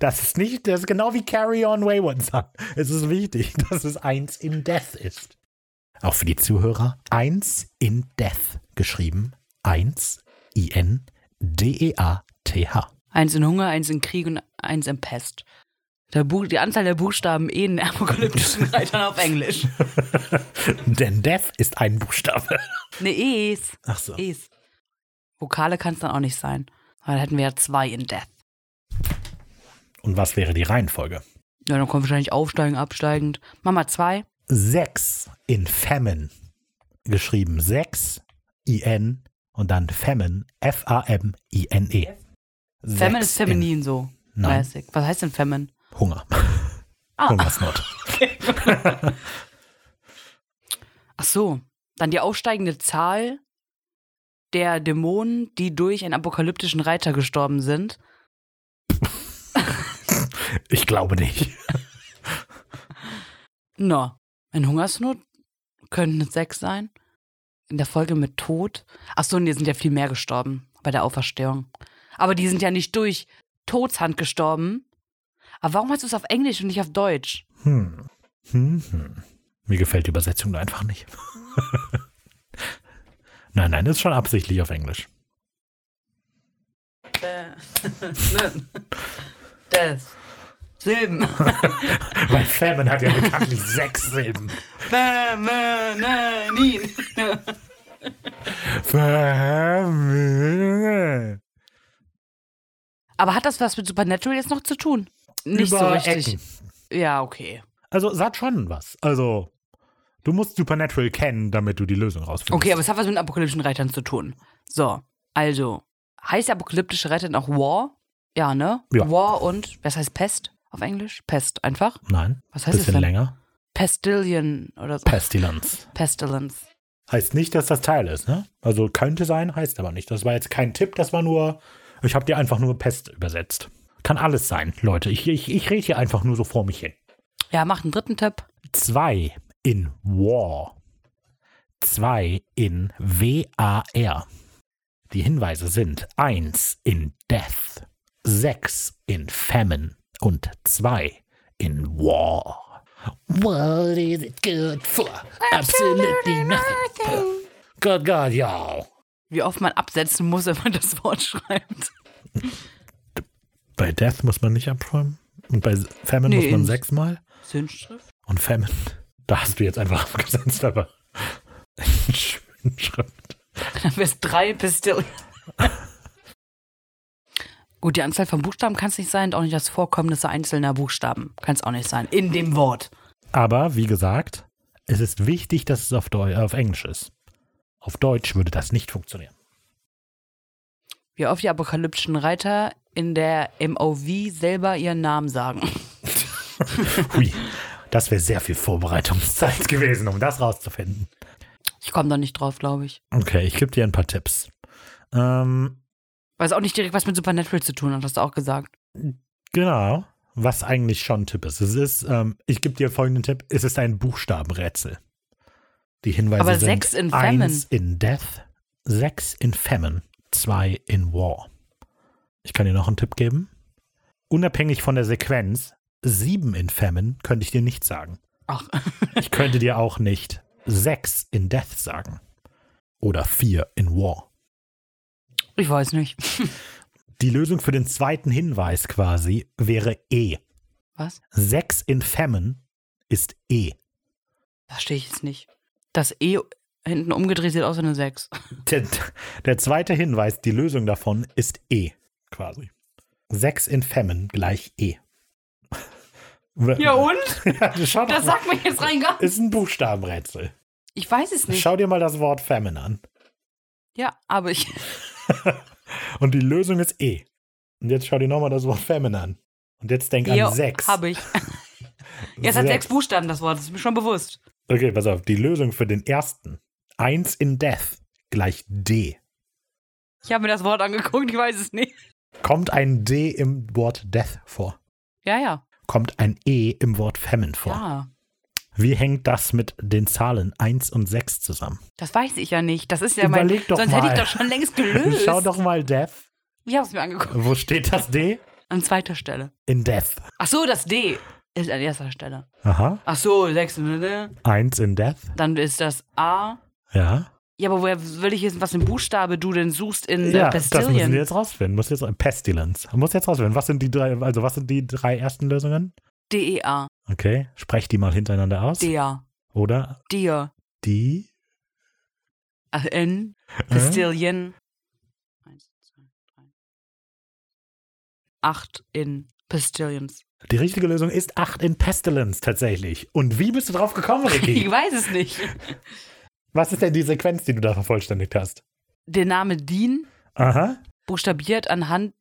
B: Das ist nicht, das ist genau wie Carry On Wayward Son. Es ist wichtig, dass es eins in Death ist. Auch für die Zuhörer, eins in Death geschrieben. Eins, E I-N-D-E-A-T-H.
A: Eins in Hunger, eins in Krieg und eins in Pest. Der Buch, die Anzahl der Buchstaben eh in apokalyptischen Reitern auf Englisch.
B: Denn Death ist ein Buchstabe.
A: Ne, Es.
B: Ach so.
A: Es. E Vokale kann es dann auch nicht sein. Weil Dann hätten wir ja zwei in Death.
B: Und was wäre die Reihenfolge?
A: Ja, dann kommt wahrscheinlich aufsteigend, absteigend. Mama zwei.
B: Sechs in Famine. Geschrieben sechs, I-N und dann Famine, F-A-M-I-N-E.
A: Femin
B: E. Sechs
A: ist feminin so.
B: Nein.
A: Weiß ich. Was heißt denn Femin?
B: in Hunger.
A: Ah.
B: Hungersnot.
A: Ach so. Dann die aufsteigende Zahl der Dämonen, die durch einen apokalyptischen Reiter gestorben sind.
B: Ich glaube nicht.
A: Na, in Hungersnot könnten es sechs sein. in der Folge mit Tod. Ach so, nee, sind ja viel mehr gestorben bei der Auferstehung. Aber die sind ja nicht durch Todshand gestorben. Aber warum hast du es auf Englisch und nicht auf Deutsch?
B: Hm. Hm, hm. Mir gefällt die Übersetzung da einfach nicht. nein, nein, das ist schon absichtlich auf Englisch.
A: Das. Silben.
B: Weil Famine hat ja bekanntlich sechs Silben.
A: Feminin.
B: Famine.
A: Aber hat das was mit Supernatural jetzt noch zu tun? Nicht
B: Über
A: so richtig.
B: Ecken.
A: Ja, okay.
B: Also, es hat schon was. Also, du musst Supernatural kennen, damit du die Lösung rausfindest.
A: Okay, aber es hat was mit apokalyptischen Reitern zu tun. So, also, heißt apokalyptische Reiter auch War? Ja, ne?
B: Ja.
A: War und, was heißt Pest auf Englisch? Pest einfach.
B: Nein.
A: Was heißt es
B: bisschen
A: denn?
B: länger.
A: Pestillion oder so.
B: Pestilence.
A: Pestilence.
B: Heißt nicht, dass das Teil ist, ne? Also könnte sein, heißt aber nicht. Das war jetzt kein Tipp, das war nur, ich habe dir einfach nur Pest übersetzt. Kann alles sein, Leute. Ich, ich, ich rede hier einfach nur so vor mich hin.
A: Ja, mach einen dritten Tipp.
B: Zwei in War. Zwei in W-A-R. Die Hinweise sind eins in Death, sechs in Famine und zwei in War. What is it good for? Absolutely nothing. Good God, y'all.
A: Wie oft man absetzen muss, wenn man das Wort schreibt.
B: Bei Death muss man nicht abschreiben. Und bei Famine
A: Nee,
B: muss man
A: in-
B: sechsmal.
A: Sinnschrift?
B: Und Famine, da hast du jetzt einfach abgesetzt, aber. Schön Schrift.
A: Dann wär's drei Pestillion. Gut, die Anzahl von Buchstaben kann es nicht sein und auch nicht das Vorkommnisse einzelner Buchstaben. Kann es auch nicht sein. In dem Wort.
B: Aber wie gesagt, es ist wichtig, dass es auf, Deu auf Englisch ist. Auf Deutsch würde das nicht funktionieren.
A: wie oft die apokalyptischen Reiter in der MOV selber ihren Namen sagen.
B: Hui, das wäre sehr viel Vorbereitungszeit gewesen, um das rauszufinden.
A: Ich komme da nicht drauf, glaube ich.
B: Okay, ich gebe dir ein paar Tipps. Ähm,
A: Weil es auch nicht direkt was mit Supernatural zu tun hat, hast du auch gesagt.
B: genau, was eigentlich schon ein Tipp ist. Es ist, ähm, ich gebe dir folgenden Tipp: Es ist ein Buchstabenrätsel. Die Hinweise
A: Aber
B: sind
A: sechs in
B: eins in Death, sechs in Famine, zwei in War. Ich kann dir noch einen Tipp geben. Unabhängig von der Sequenz, sieben in Famine könnte ich dir nicht sagen.
A: Ach,
B: Ich könnte dir auch nicht sechs in Death sagen. Oder vier in War.
A: ich weiß nicht.
B: Die Lösung für den zweiten Hinweis quasi wäre E.
A: Was?
B: Sechs in Famine ist E.
A: Verstehe ich jetzt nicht. Das E hinten umgedreht sieht aus wie eine 6.
B: Der, der zweite Hinweis, die Lösung davon ist E, quasi. Sechs in Femmen gleich E.
A: und?
B: Ja, schau doch mal.
A: mir jetzt rein gar
B: Ist ein Buchstabenrätsel.
A: Ich weiß es nicht.
B: Schau dir mal das Wort Femmen an.
A: Ja, aber ich.
B: Und die Lösung ist E. Und jetzt schau dir nochmal das Wort Femmen an. Und jetzt denk
A: Ja,
B: an sechs.
A: Habe ich. Jetzt hat sechs Buchstaben das Wort, das ist mir schon bewusst.
B: Okay, pass auf. Die Lösung für den ersten. Eins in Death gleich D.
A: Ich habe mir das Wort angeguckt, ich weiß es nicht.
B: Kommt ein D im Wort Death vor?
A: Ja, ja.
B: Kommt ein E im Wort Femmen vor?
A: Ja.
B: Wie hängt das mit den Zahlen 1 und 6 zusammen?
A: Das weiß ich ja nicht. Das ist ja mein.
B: Überleg doch
A: sonst hätte
B: mal.
A: ich doch schon längst gelöst.
B: Schau doch mal, Death.
A: Ich habe es mir angeguckt.
B: Wo steht das D?
A: An zweiter Stelle.
B: In Death.
A: Ach so, das D ist an erster Stelle.
B: Aha.
A: Ach so, sechs. ne?
B: 1 in Death.
A: Dann ist das A.
B: Ja.
A: Ja, aber woher will ich jetzt, was den Buchstabe du denn suchst in
B: Ja,
A: ja,
B: das müssen
A: Pestillion?
B: wir jetzt rausfinden. Muss jetzt, äh, Pestilence. Muss jetzt rausfinden. Was sind die drei, also was sind die drei ersten Lösungen?
A: D-E-A.
B: Okay. Sprech die mal hintereinander aus.
A: D-A.
B: Oder
A: Dir.
B: die.
A: E, Ach, N.
B: Äh?
A: Pestillion. Eins, zwei, drei. Acht in Pestillions.
B: Die richtige Lösung ist 8 in Pestilence tatsächlich. Und wie bist du drauf gekommen,
A: Ich
B: Ricky?
A: weiß es nicht.
B: was ist denn die Sequenz, die du da vervollständigt hast?
A: Der Name Dean
B: Aha.
A: buchstabiert anhand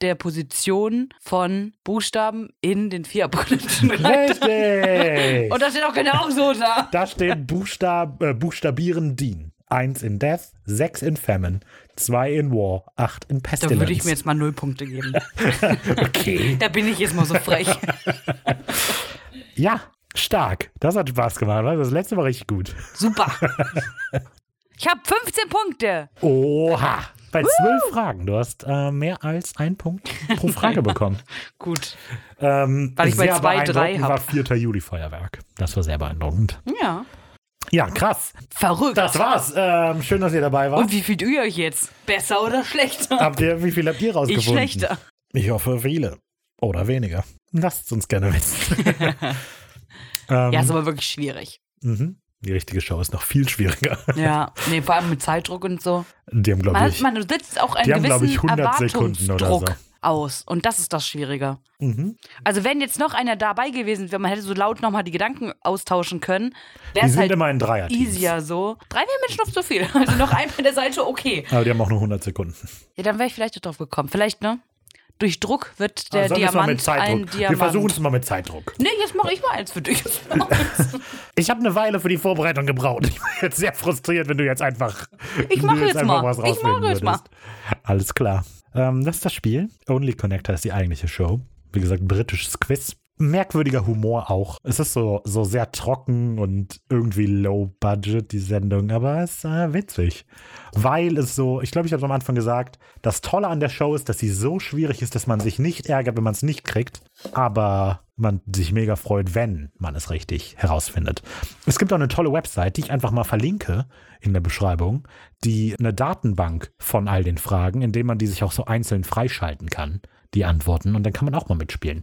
A: der Position von Buchstaben in den vier apokalyptischen Reitern.
B: Richtig.
A: Und das steht auch genau so da.
B: Da steht Buchstab, äh, Buchstabieren Dean. Eins in Death, sechs in Famine, zwei in War, acht in
A: Da
B: Pestilence.
A: würde ich mir jetzt mal null Punkte geben.
B: Okay.
A: Da bin ich jetzt mal so frech.
B: ne? Ja, stark. Das hat Spaß gemacht. oder? Das letzte war richtig gut.
A: Super. Ich habe 15 Punkte.
B: Oha! Bei zwölf Fragen. Du hast äh, mehr als einen Punkt pro Frage bekommen.
A: Gut.
B: Ähm,
A: Weil ich bei
B: sehr
A: zwei, drei
B: beeindruckend
A: hab.
B: war 4. Juli Feuerwerk. Das war sehr beeindruckend.
A: Ja.
B: Ja, krass.
A: Verrückt.
B: Das war's. Ähm, schön, dass ihr dabei wart.
A: Und wie fühlt ihr euch jetzt? Besser oder schlechter?
B: habt ihr, wie viel habt ihr rausgefunden?
A: ich schlechter.
B: Ich hoffe, viele. Oder weniger. Lasst es uns gerne wissen. ähm,
A: Ja, ist aber wirklich schwierig.
B: mhm. Die richtige Show ist noch viel schwieriger.
A: Ja. Nee, vor allem mit Zeitdruck und so.
B: Die haben,
A: Man,
B: glaube
A: hat,
B: ich.
A: man setzt auch einen
B: Die haben, glaub
A: gewissen
B: ich, 100 Sekunden oder
A: Erwartungsdruck aus. Und das ist das Schwierige.
B: Mhm.
A: Also wenn jetzt noch einer dabei gewesen wäre, man hätte so laut nochmal die Gedanken austauschen können, wäre
B: Die
A: es
B: sind
A: halt
B: immer in dreier
A: easier so. Drei, vier Menschen auf so viel. Also noch ein bei der Seite, okay.
B: Aber die haben auch nur 100 Sekunden.
A: Ja, dann wäre ich vielleicht drauf gekommen. Vielleicht, ne? Durch Druck wird der
B: Also sagen wir's mal
A: Diamant ein
B: mit Zeitdruck.
A: Diamant.
B: Wir versuchen es mal mit Zeitdruck.
A: Nee, jetzt mache ich mal eins für dich.
B: Ich habe eine Weile für die Vorbereitung gebraucht. Ich bin jetzt sehr frustriert, wenn du jetzt einfach.
A: Ich mach
B: wenn du
A: jetzt
B: einfach
A: mal.
B: Was
A: Ich mach
B: rausfinden
A: jetzt mal.
B: würdest. Alles klar. Ähm, das ist das Spiel. Only Connector ist die eigentliche Show. Wie gesagt, britisches Quiz. Merkwürdiger Humor auch. Es ist so, so sehr trocken und irgendwie low budget, die Sendung, aber es ist äh, witzig. Weil es so, ich glaube, ich habe es am Anfang gesagt, das Tolle an der Show ist, dass sie so schwierig ist, dass man sich nicht ärgert, wenn man es nicht kriegt, aber man sich mega freut, wenn man es richtig herausfindet. Es gibt auch eine tolle Website, die ich einfach mal verlinke in der Beschreibung, die eine Datenbank von all den Fragen, indem man die sich auch so einzeln freischalten kann, die Antworten, und dann kann man auch mal mitspielen.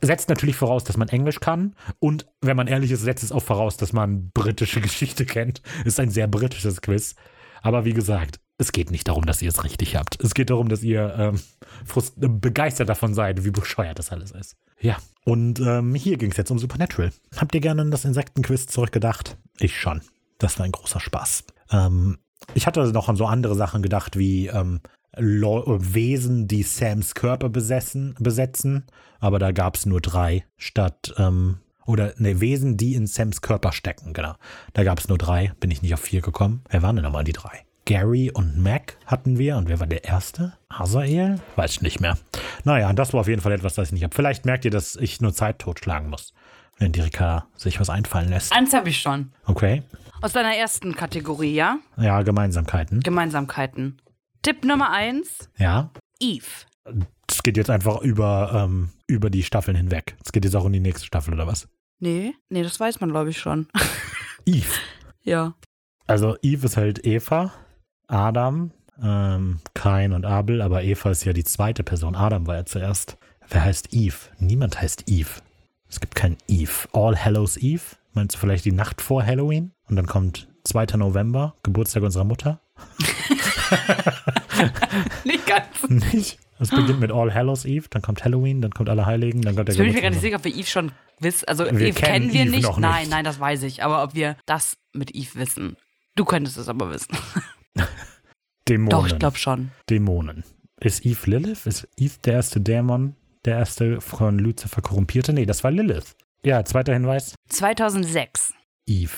B: Setzt natürlich voraus, dass man Englisch kann und wenn man ehrlich ist, setzt es auch voraus, dass man britische Geschichte kennt. Ist ein sehr britisches Quiz. Aber wie gesagt, es geht nicht darum, dass ihr es richtig habt. Es geht darum, dass ihr ähm, frust- äh, begeistert davon seid, wie bescheuert das alles ist. Ja. Und ähm, hier ging es jetzt um Supernatural. Habt ihr gerne an das Insektenquiz zurückgedacht? Ich schon. Das war ein großer Spaß. Ähm, ich hatte noch an so andere Sachen gedacht, wie ähm, Leu- äh, Wesen, die Sams Körper besessen, besetzen. Aber da gab es nur drei statt. Ähm, oder ne, Wesen, die in Sams Körper stecken, genau. Da gab es nur drei, bin ich nicht auf vier gekommen. Wer waren denn nochmal die drei? Gary und Mac hatten wir und wer war der erste? Asael? Weiß ich nicht mehr. Naja, das war auf jeden Fall etwas, das ich nicht habe. Vielleicht merkt ihr, dass ich nur Zeit totschlagen muss, wenn die Ricarda sich was einfallen lässt.
A: eins habe ich schon.
B: Okay.
A: Aus deiner ersten Kategorie, ja?
B: Ja, Gemeinsamkeiten.
A: Gemeinsamkeiten. Tipp Nummer eins,
B: Ja.
A: Eve.
B: Es geht jetzt einfach über, ähm, über die Staffeln hinweg. Es geht jetzt auch in die nächste Staffel oder was?
A: Nee, nee, das weiß man, glaube ich, schon.
B: Eve.
A: ja.
B: Also Eve ist halt Eva, Adam, ähm, Kain und Abel, aber Eva ist ja die zweite Person. Adam war ja zuerst. Wer heißt Eve? Niemand heißt Eve. Es gibt kein Eve. All Hallows Eve? Meinst du vielleicht die Nacht vor Halloween? Und dann kommt 2. November, Geburtstag unserer Mutter?
A: Nicht ganz.
B: Nicht? Es beginnt mit All Hallows Eve, dann kommt Halloween, dann kommt Allerheiligen, dann kommt der
A: Jetzt bin ich mir gar
B: Geburtstag
A: nicht sicher, ob wir Eve schon wissen. Also
B: Wir
A: Eve
B: kennen
A: kennen wir
B: Eve
A: nicht.
B: noch
A: Nein,
B: nicht.
A: nein, das weiß ich. Aber ob wir das mit Eve wissen. Du könntest es aber wissen.
B: Dämonen.
A: Doch, ich glaube schon.
B: Dämonen. Ist Eve Lilith? Ist Eve der erste Dämon? Der erste von Lucifer korrumpierte? Nee, das war Lilith. Ja, zweiter Hinweis.
A: 2006.
B: Eve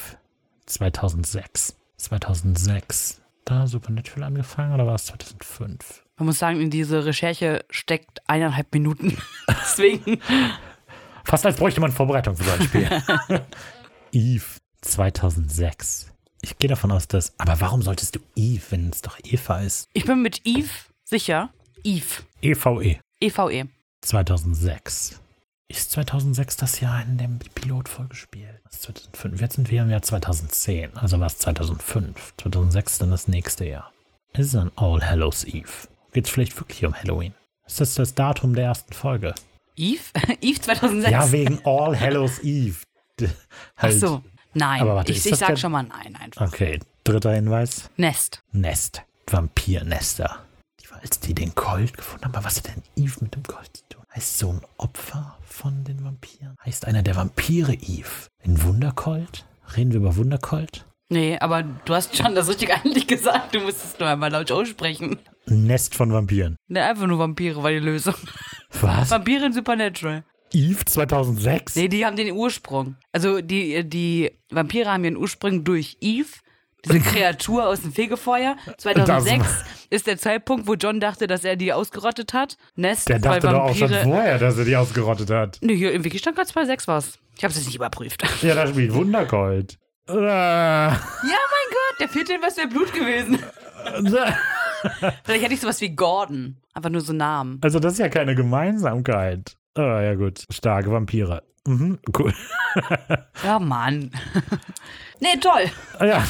B: 2006. 2006. Da Supernatural angefangen oder war es 2005?
A: Man muss sagen, in diese Recherche steckt eineinhalb Minuten. Deswegen.
B: Fast als bräuchte man Vorbereitung für so ein Spiel. Eve 2006. Ich gehe davon aus, dass. Aber warum solltest du Eve, wenn es doch Eva ist? E
A: Ich bin mit Eve sicher. E Eve.
B: EVE
A: EVE.
B: 2006. Ist 2006 das Jahr, in dem die Pilotfolge spielt? Das ist 2005. Jetzt sind wir im Jahr 2010. Also war es 2005. 2006 dann das nächste Jahr. Ist es an All Hallows Eve? Geht es vielleicht wirklich um Halloween? Ist das das Datum der ersten Folge?
A: Eve? Eve 2006.
B: Ja, wegen All Hallows Eve. D-
A: Ach
B: Halt.
A: so. Nein.
B: Aber warte,
A: ich
B: ist
A: ich
B: das Ah.
A: sag
B: der-
A: schon mal nein einfach.
B: Halt. Okay, dritter Hinweis.
A: Nest.
B: Nest. Vampirnester. Die war, als die den Gold gefunden haben. Aber was hat denn Eve mit dem Gold zu tun? Heißt so ein Opfer von den Vampiren? Heißt einer der Vampire Eve? Ein Wundercolt? Reden wir über Wundercolt?
A: Nee, aber du hast schon das richtig eigentlich gesagt. Du musstest nur einmal laut aussprechen.
B: Nest von Vampiren.
A: Ne, einfach nur Vampire war die Lösung.
B: Was?
A: Vampire in Supernatural.
B: Eve 2006?
A: Nee, die haben den Ursprung. Also die, die Vampire haben ihren Ursprung durch Eve, diese Kreatur aus dem Fegefeuer. 2006 ist der Zeitpunkt, wo John dachte, dass er die ausgerottet hat. Nest,
B: Der dachte
A: weil
B: doch auch schon
A: Vampire...
B: vorher, dass er die ausgerottet hat.
A: Nee, hier im Wiki stand gerade 2006 war's. Ich habe es nicht überprüft.
B: Ja, da spielt Wundercolt. Äh,
A: Ja, mein Gott. der vierte was wäre Blut gewesen. Vielleicht hätte ich sowas wie Gordon. Einfach nur so Namen.
B: Also das ist ja keine Gemeinsamkeit. Ah, ja gut, starke Vampire. Mhm, cool.
A: Ja, Mann. nee, toll.
B: Ah, Ja.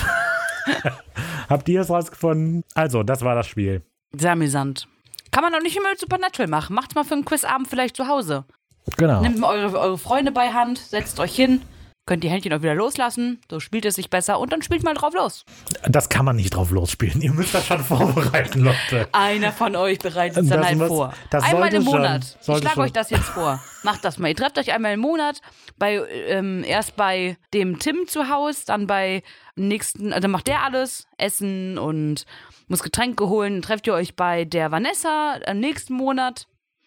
B: Habt ihr es rausgefunden? Also, das war das Spiel.
A: Sehr amüsant. Kann man auch nicht immer mit Supernatural machen. Macht's mal für einen Quizabend vielleicht zu Hause.
B: Genau.
A: Nehmt mal eure, eure Freunde bei Hand, setzt euch hin, könnt die Händchen auch wieder loslassen. So spielt es sich besser und dann spielt mal drauf los.
B: Das kann man nicht drauf losspielen. Ihr müsst das schon vorbereiten, Leute.
A: Einer von euch bereitet es dann
B: Ähm, Das
A: halt
B: muss-
A: vor.
B: das
A: einmal
B: sollte
A: im
B: schon,
A: Monat. ich
B: sollte
A: schlage
B: schon.
A: euch das jetzt vor. Macht das mal. Ihr trefft euch einmal im Monat, bei, ähm, erst bei dem Tim zu Hause, dann bei dem nächsten, also macht der alles, Essen und muss Getränke holen. Dann Trefft ihr euch bei der Vanessa im nächsten Monat.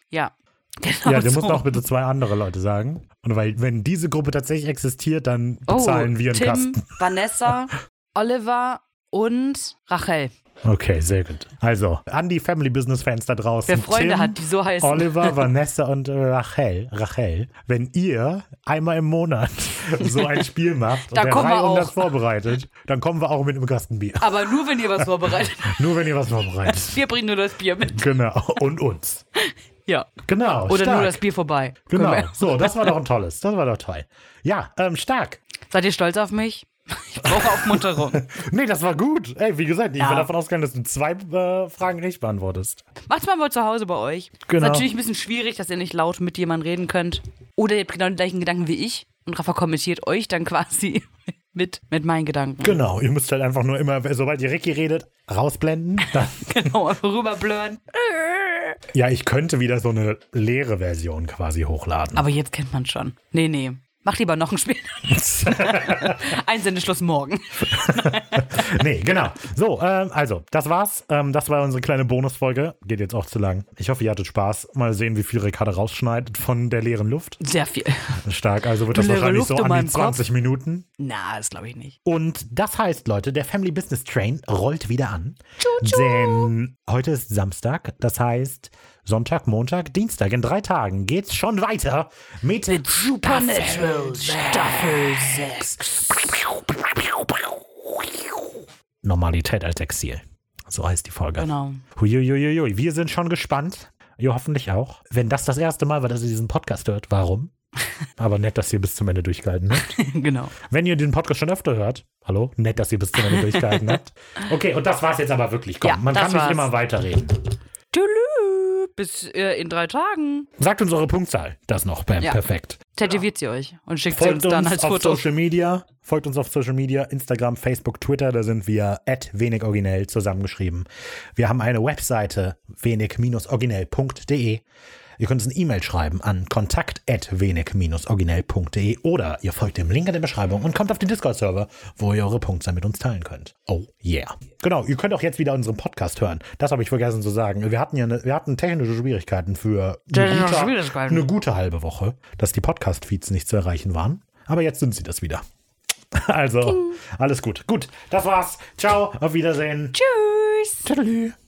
A: Ja. Genau
B: Ja, du
A: so.
B: musst auch bitte zwei andere Leute sagen. Und weil, wenn diese Gruppe tatsächlich existiert, dann
A: Oh,
B: bezahlen wir einen
A: Tim,
B: Kasten.
A: Vanessa, Oliver und Rachel.
B: Okay, sehr gut. Also, an die Family Business Fans da draußen.
A: Wer Freunde
B: Tim,
A: hat, die so heißen.
B: Oliver, Vanessa und äh, Rachel, Rachel, wenn ihr einmal im Monat so ein Spiel macht
A: Da
B: und der
A: kommen wir
B: Rai um
A: auch. Ah.
B: das vorbereitet, dann kommen wir auch mit einem Kasten Bier.
A: Aber nur, wenn ihr was vorbereitet.
B: Nur wenn ihr was vorbereitet.
A: Wir bringen nur das Bier mit.
B: genau. Und uns.
A: Ja.
B: Genau.
A: Oder
B: stark.
A: nur das Bier vorbei.
B: Genau.
A: Können wir-
B: So, das war doch ein tolles. Das war doch toll. Ja, ähm, stark.
A: Seid ihr stolz auf mich? Ich brauche Aufmunterung.
B: Nee, das war gut. Ey, wie gesagt, ich
A: Ja.
B: war davon ausgegangen, dass du zwei äh, Fragen richtig beantwortest.
A: Macht's mal mal zu Hause bei euch.
B: Genau.
A: Ist natürlich ein bisschen schwierig, dass ihr nicht laut mit jemandem reden könnt. Oder ihr habt genau die gleichen Gedanken wie ich und Rafa kommentiert euch dann quasi mit, mit meinen Gedanken.
B: Genau. Ihr müsst halt einfach nur immer, sobald ihr Ricky redet, rausblenden. Dann,
A: Genau, einfach rüberblören.
B: ja, ich könnte wieder so eine leere Version quasi hochladen.
A: Aber jetzt kennt man schon. Nee, nee. Macht lieber noch ein Spiel. Einsendeschluss morgen.
B: nee, genau. So, ähm, also, das war's. Ähm, das war unsere kleine Bonusfolge. Geht jetzt auch zu lang. Ich hoffe, ihr hattet Spaß. Mal sehen, wie viel Ricarda rausschneidet von der leeren Luft.
A: Sehr viel.
B: Stark, also wird das
A: leere
B: wahrscheinlich
A: Luft
B: so
A: in
B: an
A: meinem
B: die
A: Kopf.
B: 20 Minuten.
A: Na, das glaube ich nicht.
B: Und das heißt, Leute, der Family Business Train rollt wieder an. Denn heute ist Samstag, das heißt Sonntag, Montag, Dienstag. In drei Tagen geht's schon weiter mit Supernatural Staffel 6. Normalität als Exil. So heißt die Folge.
A: Genau.
B: Huiuiuiui. Wir sind schon gespannt. Ihr hoffentlich auch. Wenn das das erste Mal war, dass ihr diesen Podcast hört, warum? Aber nett, dass ihr bis zum Ende durchgehalten habt.
A: genau.
B: Wenn ihr den Podcast schon öfter hört, hallo, nett, dass ihr bis zum Ende durchgehalten habt. Okay, und das war's jetzt aber wirklich. Komm,
A: Ja,
B: man
A: das
B: kann nicht
A: war's.
B: immer weiterreden.
A: Tschüss. Bis äh, in drei Tagen.
B: Sagt uns eure Punktzahl. Das noch, bam,
A: Ja.
B: perfekt.
A: Tätowiert sie euch und schickt sie uns
B: Folgt uns,
A: dann als
B: auf
A: Foto.
B: Social Media. Folgt uns auf Social Media, Instagram, Facebook, Twitter. Da sind wir at wenig originell zusammengeschrieben. Wir haben eine Webseite wenig-originell.de. Ihr könnt uns eine E-Mail schreiben an kontakt wenig-originell.de oder ihr folgt dem Link in der Beschreibung und kommt auf den Discord-Server, wo ihr eure Punktzahl mit uns teilen könnt. Oh yeah. Genau, ihr könnt auch jetzt wieder unseren Podcast hören. Das habe ich vergessen zu sagen. Wir hatten ja eine, wir hatten technische Schwierigkeiten für eine
A: Technische
B: gute,
A: Schwierigkeiten.
B: eine gute halbe Woche, dass die Podcast-Feeds nicht zu erreichen waren. Aber jetzt sind sie das wieder. Also, alles gut. Gut, das war's. Ciao, auf Wiedersehen.
A: Tschüss.
B: Tschüss.